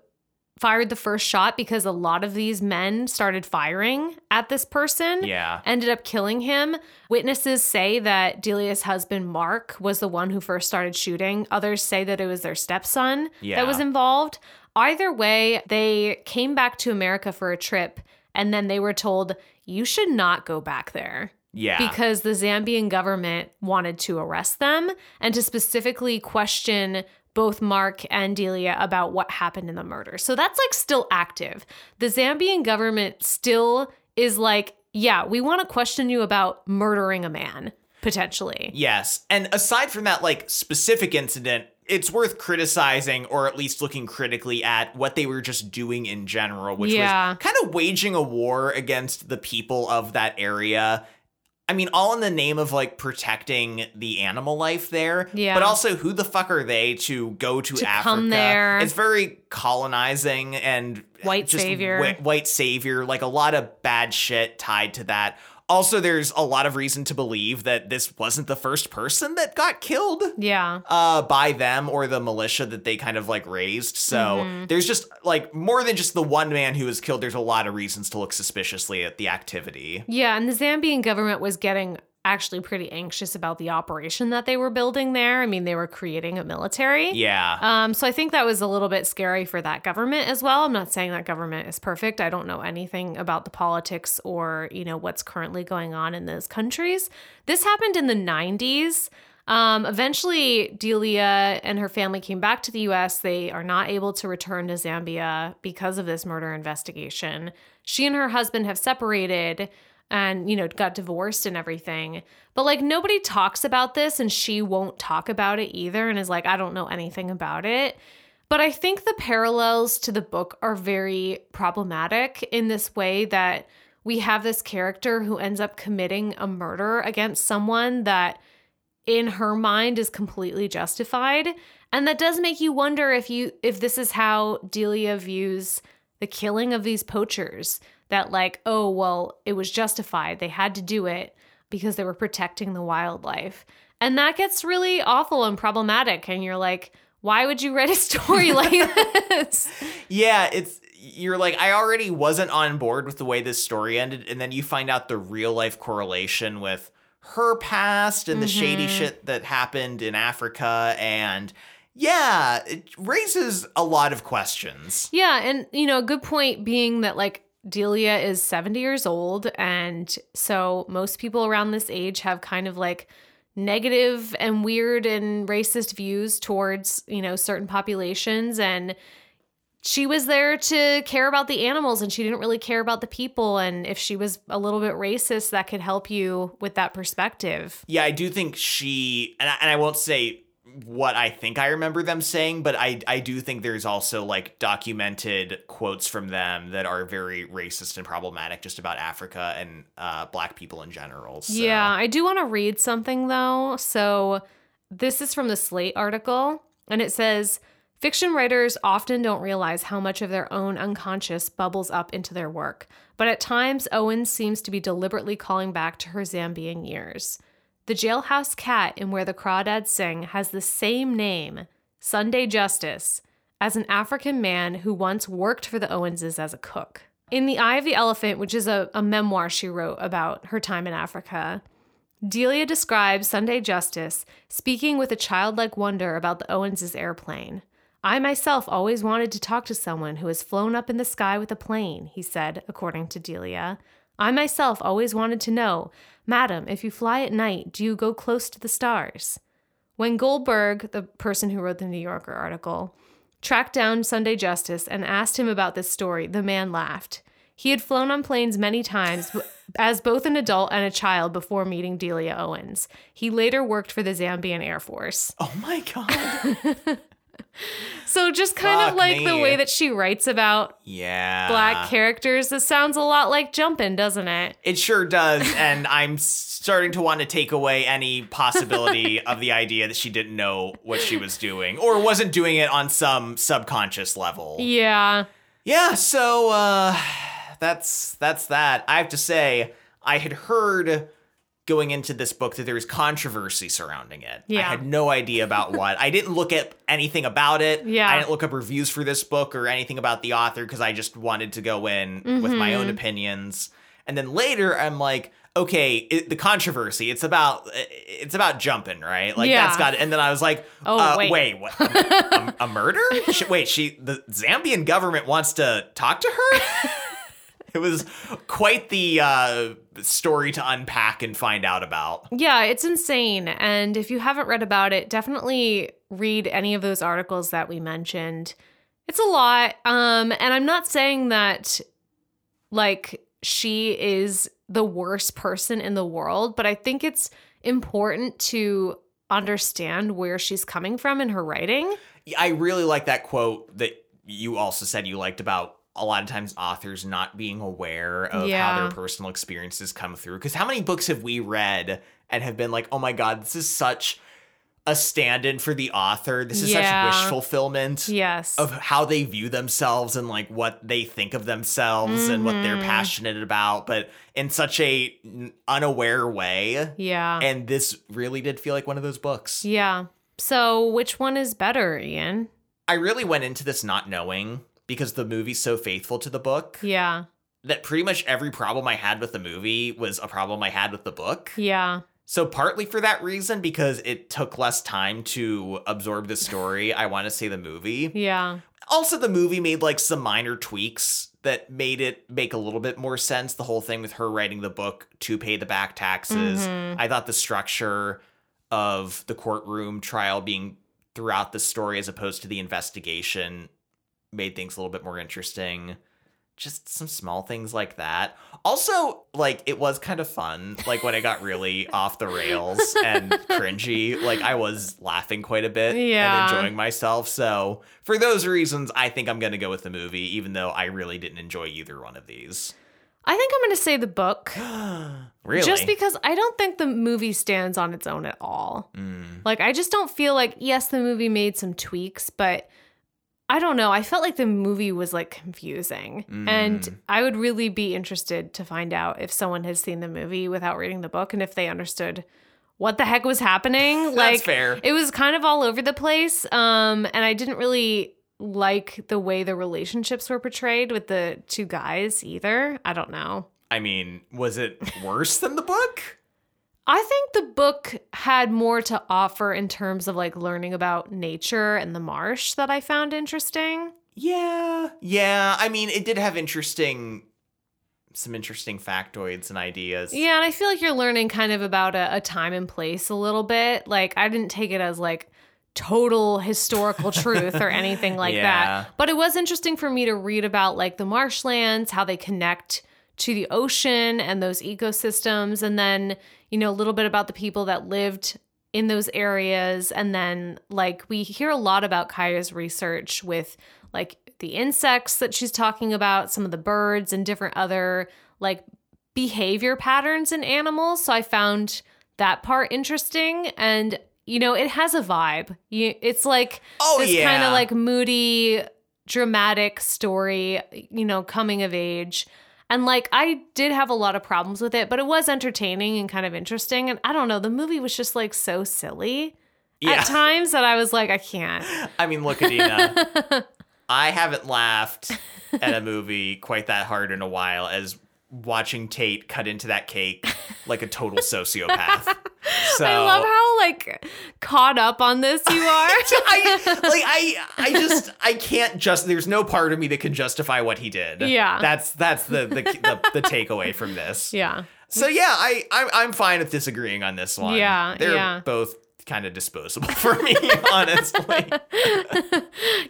fired the first shot because a lot of these men started firing at this person.
Yeah.
Ended up killing him. Witnesses say that Delia's husband Mark was the one who first started shooting. Others say that it was their stepson
Yeah.
that was involved. Either way, they came back to America for a trip and then they were told, you should not go back there
Yeah.
because the Zambian government wanted to arrest them and to specifically question both Mark and Delia about what happened in the murder. So that's like still active. The Zambian government still is like, yeah, we want to question you about murdering a man potentially.
Yes. And aside from that, like, specific incident, it's worth criticizing or at least looking critically at what they were just doing in general, which
Yeah.
was kind of waging a war against the people of that area. I mean, all in the name of like protecting the animal life there.
Yeah.
But also, who the fuck are they to go to,
To come
Africa?
there.
It's very colonizing and
White
just
savior.
whi- white savior, like a lot of bad shit tied to that. Also, there's a lot of reason to believe that this wasn't the first person that got killed
Yeah.
uh, by them or the militia that they kind of like raised. So
Mm-hmm.
there's just like more than just the one man who was killed. There's a lot of reasons to look suspiciously at the activity.
Yeah, and the Zambian government was getting actually pretty anxious about the operation that they were building there. I mean, they were creating a military.
Yeah.
Um, so I think that was a little bit scary for that government as well. I'm not saying that government is perfect. I don't know anything about the politics or you know what's currently going on in those countries. This happened in the 90s. Um, eventually, Delia and her family came back to the U.S. They are not able to return to Zambia because of this murder investigation. She and her husband have separated and you know got divorced and everything but like nobody talks about this and she won't talk about it either and is like i don't know anything about it but i think the parallels to the book are very problematic in this way that we have this character who ends up committing a murder against someone that in her mind is completely justified and that does make you wonder if you if this is how delia views the killing of these poachers that like oh well it was justified they had to do it because they were protecting the wildlife and that gets really awful and problematic and you're like why would you write a story like this
Yeah, it's you're like I already wasn't on board with the way this story ended, and then you find out the real life correlation with her past and the shady
Mhm.
shit that happened in Africa, and yeah, it raises a lot of questions.
Yeah, and you know, a good point being that like Delia is 70 years old and so most people around this age have kind of like negative and weird and racist views towards, you know, certain populations and she was there to care about the animals and she didn't really care about the people and if she was a little bit racist that could help you with that perspective.
Yeah, I do think she, and I, and I won't say what I think I remember them saying, but I I do think there's also like documented quotes from them that are very racist and problematic just about Africa and uh, black people in general. So.
Yeah, I do want to read something though. So this is from the Slate article, and it says fiction writers often don't realize how much of their own unconscious bubbles up into their work, but at times Owen seems to be deliberately calling back to her Zambian years. The jailhouse cat in Where the Crawdads Sing has the same name, Sunday Justice, as an African man who once worked for the Owenses as a cook. In The Eye of the Elephant, which is a, a memoir she wrote about her time in Africa, Delia describes Sunday Justice speaking with a childlike wonder about the Owens' airplane. I myself always wanted to talk to someone who has flown up in the sky with a plane, he said, according to Delia. I myself always wanted to know, Madam, if you fly at night, do you go close to the stars? When Goldberg, the person who wrote the New Yorker article, tracked down Sunday Justice and asked him about this story, the man laughed. He had flown on planes many times b- as both an adult and a child before meeting Delia Owens. He later worked for the Zambian Air Force.
Oh my god.
So just kind
Fuck
of like the
me. Ah.
way that she writes about
Yeah.
black characters, this sounds a lot like Jumpin', doesn't it?
It sure does, and I'm starting to want to take away any possibility of the idea that she didn't know what she was doing or wasn't doing it on some subconscious level.
Yeah.
Yeah, so uh that's that's that. I have to say, I had heard going into this book that there was controversy surrounding it. I
Yeah.
had no idea about what. I didn't look at anything about it.
Yeah.
I didn't look up reviews for this book or anything about the author because I just wanted to go in with my own
Mm-hmm.
opinions. And then later I'm like, okay, it, the controversy, it's about it's about jumping, right? Like
Yeah.
that's got and then I was like,
Oh,
uh,
wait.
wait what, a, a murder? Sh- Wait, she the Zambian government wants to talk to her? it was quite the uh, story to unpack and find out about.
Yeah, it's insane. And if you haven't read about it, definitely read any of those articles that we mentioned. It's a lot. Um, and I'm not saying that like she is the worst person in the world, but I think it's important to understand where she's coming from in her writing.
I really like that quote that you also said you liked about a lot of times authors not being aware of how
Yeah.
their personal experiences come through. Because how many books have we read and have been like, oh my God, this is such a stand in for the author? This is
Yeah.
such wish fulfillment.
Yes.
of how they view themselves and like what they think of themselves and what they're
Mhm.
passionate about, but in such a n- unaware way.
yeah.
And this really did feel like one of those books.
yeah. So which one is better, Ian?
I really went into this not knowing because the movie's so faithful to the book
Yeah.
that pretty much every problem I had with the movie was a problem I had with the book.
Yeah.
So partly for that reason, because it took less time to absorb the story, I want to say the movie.
Yeah.
also the movie made like some minor tweaks that made it make a little bit more sense the whole thing with her writing the book to pay the back taxes
Mhm.
i thought the structure of the courtroom trial being throughout the story as opposed to the investigation made things a little bit more interesting just some small things like that also like it was kind of fun like when i got really off the rails and cringy like i was laughing quite a bit
Yeah.
and enjoying myself so for those reasons i think i'm gonna go with the movie even though i really didn't enjoy either one of these
I think I'm going to say the book.
really
Just because I don't think the movie stands on its own at all.
Mm.
Like, I just don't feel like, yes, the movie made some tweaks, but I don't know. I felt like the movie was like confusing. And
Mm.
I would really be interested to find out if someone has seen the movie without reading the book and if they understood what the heck was happening.
that's
like,
fair
it was kind of all over the place. Um, and I didn't really like the way the relationships were portrayed with the two guys either. I don't know.
i mean was it worse than the book
I think the book had more to offer in terms of like learning about nature and the marsh that I found interesting.
Yeah. Yeah. I mean, it did have interesting, some interesting factoids and ideas.
Yeah, and I feel like you're learning kind of about a, a time and place a little bit. Like I didn't take it as like total historical truth or anything like
Yeah.
that. But it was interesting for me to read about like the marshlands, how they connect to the ocean and those ecosystems and then, you know, a little bit about the people that lived in those areas and then like we hear a lot about Kaya's research with like the insects that she's talking about, some of the birds and different other like behavior patterns in animals. So I found that part interesting. And, you know, it has a vibe. You, it's like
Oh,
this
yeah.
kind of like moody, dramatic story, you know, coming of age. And like I did have a lot of problems with it, but it was entertaining and kind of interesting. And I don't know, the movie was just like so silly
Yeah.
at times that I was like, I can't.
I mean, look, Adina, I haven't laughed at a movie quite that hard in a while as watching Tate cut into that cake like a total sociopath. So
I love how like caught up on this you are.
I like I I just I can't just there's no part of me that can justify what he did.
Yeah.
That's that's the the the, the takeaway from this.
yeah.
So yeah, I I'm, I'm fine with disagreeing on this one.
Yeah,
They're
yeah.
both kind of disposable for me, honestly.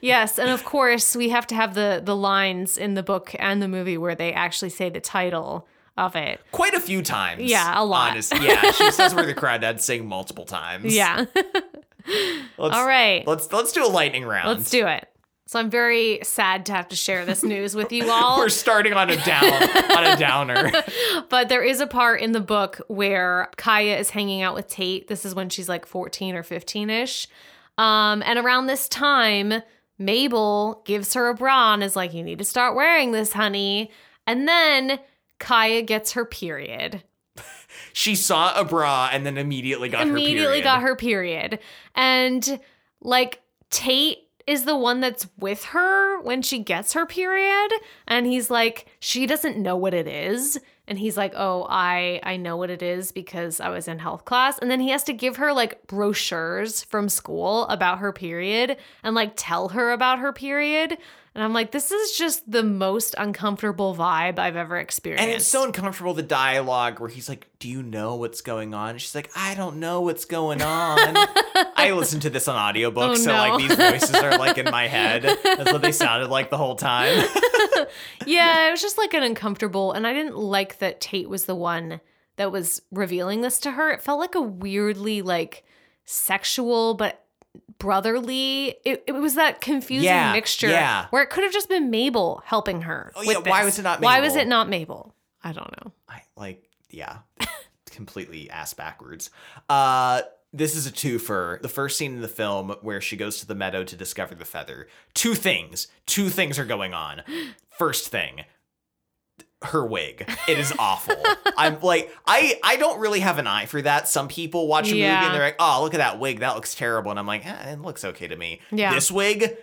Yes, and of course we have to have the the lines in the book and the movie where they actually say the title of it.
Quite a few times.
Yeah, a lot.
honest- Yeah, she says we're the crawdads sing multiple times.
Yeah.
Let's,
All right.
Let's let's do a lightning round.
Let's do it. So I'm very sad to have to share this news with you all.
We're starting on a down on a downer.
But there is a part in the book where Kaya is hanging out with Tate. This is when she's like 14 or 15 ish. Um, and around this time, Mabel gives her a bra and is like, You need to start wearing this, honey. And then Kaya gets her period.
She saw a bra and then immediately got her
Immediately
period.
got her period. And like Tate is the one that's with her when she gets her period and he's like she doesn't know what it is and he's like oh i i know what it is because i was in health class and then he has to give her like brochures from school about her period and like tell her about her period and i'm like this is just the most uncomfortable vibe i've ever experienced
And it's so uncomfortable the dialogue where he's like, "Do you know what's going on?" And she's like, "I don't know what's going on." I listened to this on audiobook,
Oh,
so
no.
like these voices are like in my head. That's what they sounded like the whole time.
yeah, it was just like an uncomfortable, and I didn't like that Tate was the one that was revealing this to her. It felt like a weirdly like sexual but brotherly. It, it was that confusing
Yeah,
mixture
yeah.
where it could have just been Mabel helping her.
Oh,
with
yeah, why
this.
was it not
Why was
Mabel?
it not Mabel? I don't know.
I like, yeah, completely ass backwards. Uh, this is a twofer. The first scene in the film where she goes to the meadow to discover the feather. Two things. Two things are going on. First thing, her wig. It is awful. I'm like, I I don't really have an eye for that. Some people watch a movie
Yeah.
and they're like, oh, look at that wig. That looks terrible. And I'm like, eh, it looks okay to me.
Yeah.
This wig.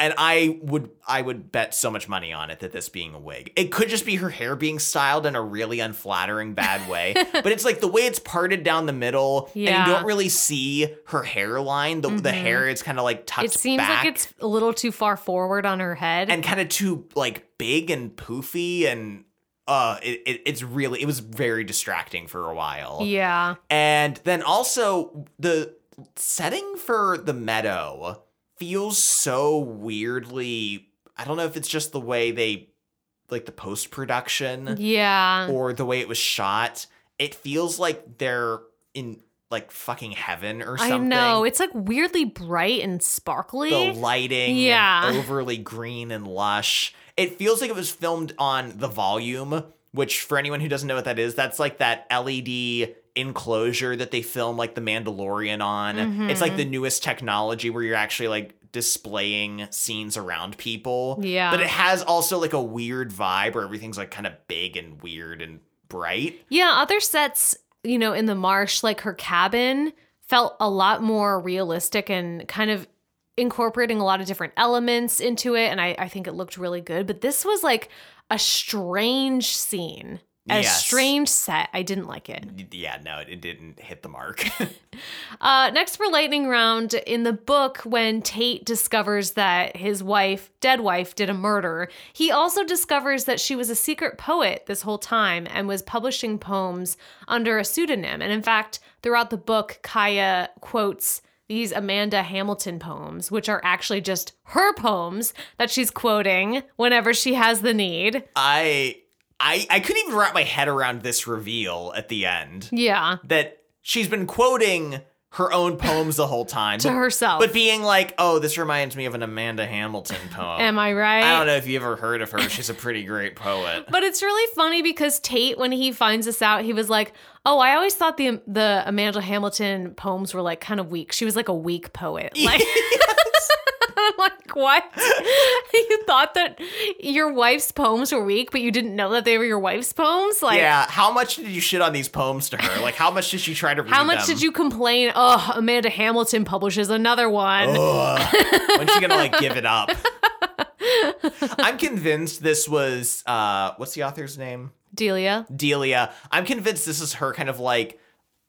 And I would I would bet so much money on it that this being a wig. It could just be her hair being styled in a really unflattering bad way. but it's like the way it's parted down the middle,
Yeah.
and you don't really see her hairline. The the
Mhm.
hair it's kind of like tucked
It seems
back
like it's a little too far forward on her head.
and kind of too like big and poofy and uh it, it it's really it was very distracting for a while
yeah.
and then also the setting for the meadow feels so weirdly i don't know if it's just the way they like the post production
Yeah.
or the way it was shot it feels like they're in like fucking heaven or something
I know. It's like weirdly bright and sparkly.
the lighting and
Yeah.
overly green and lush it feels like it was filmed on the volume which for anyone who doesn't know what that is that's like that led enclosure that they film like the mandalorian on
Mhm.
it's like the newest technology where you're actually like displaying scenes around people
Yeah.
but it has also like a weird vibe where everything's like kind of big and weird and bright
Yeah, other sets, you know, in the marsh, like her cabin, felt a lot more realistic and kind of incorporating a lot of different elements into it. And I, I think it looked really good. But this was like a strange scene, a
Yes.
strange set. I didn't like it.
yeah no it- it didn't hit the mark
Uh, next for lightning round, in the book, when Tate discovers that his wife, dead wife, did a murder, he also discovers that she was a secret poet this whole time and was publishing poems under a pseudonym. And in fact, throughout the book, Kaya quotes these Amanda Hamilton poems, which are actually just her poems that she's quoting whenever she has the need.
I I I couldn't even wrap my head around this reveal at the end
Yeah,
that she's been quoting her own poems the whole time.
to
but-
herself.
But being like, "Oh, this reminds me of an Amanda Hamilton poem."
Am I right?
I don't know if you ever heard of her. She's a pretty great poet.
But it's really funny because Tate, when he finds this out, he was like, "Oh, I always thought the the Amanda Hamilton poems were like kind of weak. She was like a weak poet." Like, I'm like, what? you thought that your wife's poems were weak, but you didn't know that they were your wife's poems? Like,
yeah, how much did you shit on these poems to her? Like, how much did she try to read
how much
them?
did you complain? Oh, Amanda Hamilton publishes another one.
Oh, Ugh. When's she gonna like give it up? I'm convinced this was uh, what's the author's name?
Delia.
Delia. I'm convinced this is her kind of like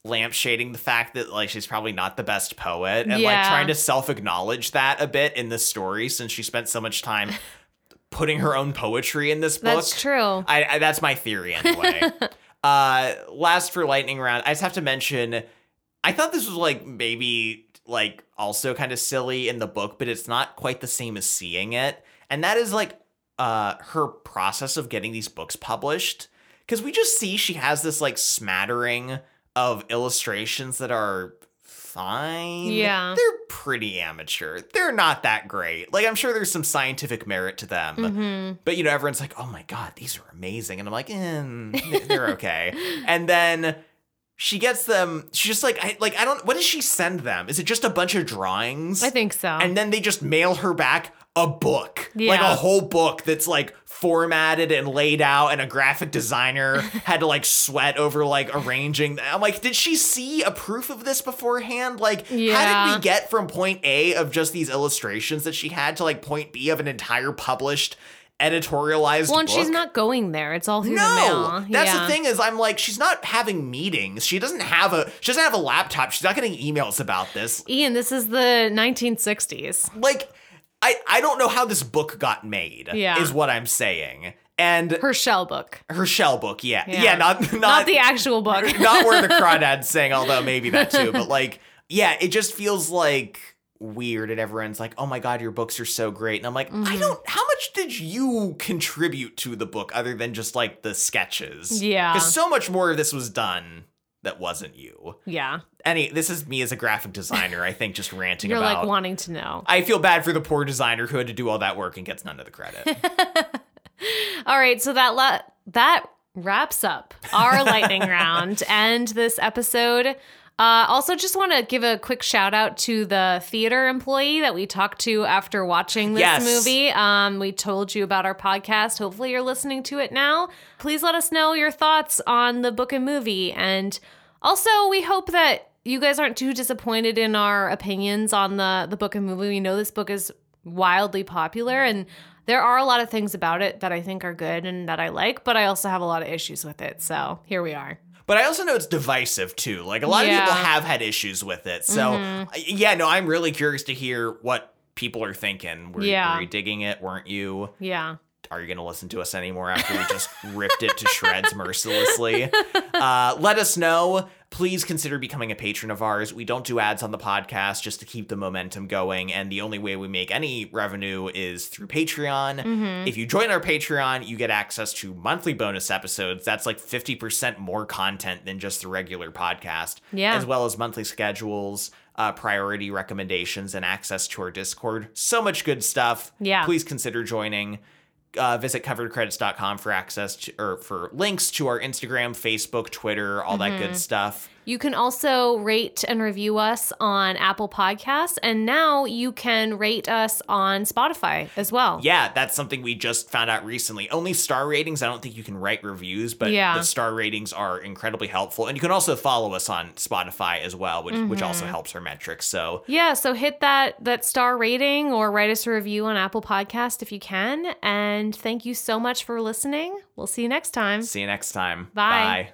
lampshading the fact that like she's probably not the best poet and like
Yeah.
trying to self-acknowledge that a bit in this story since she spent so much time putting her own poetry in this book.
That's true.
I, I that's my theory anyway. uh last for lightning round, I just have to mention I thought this was like maybe like also kind of silly in the book, but it's not quite the same as seeing it. And that is like uh her process of getting these books published cuz we just see she has this like smattering of illustrations that are fine.
Yeah.
They're pretty amateur. They're not that great. Like I'm sure there's some scientific merit to them.
hmm
But you know, everyone's like, "Oh my god, these are amazing," and I'm like, mm, "They're okay." and then she gets them. She just like, I, like I don't. What does she send them? Is it just a bunch of drawings?
I think so.
And then they just mail her back a book, like
Yeah.
a whole book that's like formatted and laid out, and a graphic designer had to like sweat over like arranging. I'm like, did she see a proof of this beforehand? Like, how did
Yeah.
we get from point A of just these illustrations that she had to like point B of an entire published editorialized
well, and
book?
she's not going there. It's all through the
No,
mail.
that's
Yeah.
the thing is I'm like she's not having meetings. She doesn't have a she doesn't have a laptop. She's not getting emails about this.
Ian, this is the 1960s.
like I I don't know how this book got made.
Yeah.
is what I'm saying. And her,
Her shell book,
shell book, yeah, yeah,
Yeah.
not not
not the actual book.
not where the crawdads sing, although maybe that too. But like, yeah, it just feels like weird, and everyone's like, "Oh my god, your books are so great," and I'm like, I
Mhm.
don't. How much did you contribute to the book other than just like the sketches?
Yeah.
because so much more of this was done that wasn't you.
yeah.
Any, this is me as a graphic designer. I think just ranting
You're
about
like wanting to know.
I feel bad for the poor designer who had to do all that work and gets none of the credit.
All right, so that la- that wraps up our lightning round and this episode. Uh, also, just want to give a quick shout out to the theater employee that we talked to after watching this
Yes.
movie. Um, we told you about our podcast. Hopefully, you're listening to it now. Please let us know your thoughts on the book and movie. And also, we hope that you guys aren't too disappointed in our opinions on the, the book and movie. We know this book is wildly popular and there are a lot of things about it that I think are good and that I like, but I also have a lot of issues with it. So here we are.
but I also know it's divisive too. Like a lot
Yeah. Mm-hmm.
of people have had issues with it. So I- yeah, no, I'm really curious to hear what people are thinking. Were,
Yeah.
were you digging it? Weren't you?
Yeah.
Are you going to listen to us anymore after we just ripped it to shreds mercilessly? Uh, let us know. Please consider becoming a patron of ours. We don't do ads on the podcast just to keep the momentum going. And the only way we make any revenue is through Patreon.
Mm-hmm.
If you join our Patreon, you get access to monthly bonus episodes. That's like 50% more content than just the regular podcast,
Yeah.
as well as monthly schedules, uh, priority recommendations, and access to our Discord. So much good stuff.
Yeah.
Please consider joining. Uh, visit coveredcredits.com for access to, or for links to our Instagram, Facebook, Twitter, all that
Mm-hmm.
good stuff.
You can also rate and review us on Apple Podcasts, and now you can rate us on Spotify as well.
Yeah, that's something we just found out recently. Only star ratings. I don't think you can write reviews, but
Yeah.
the star ratings are incredibly helpful. And you can also follow us on Spotify as well, which which also
Mm-hmm.
helps our metrics. So
Yeah, so hit that that star rating or write us a review on Apple Podcast if you can. And thank you so much for listening. We'll see you next time.
see you next time.
Mm-hmm. Bye.
Bye.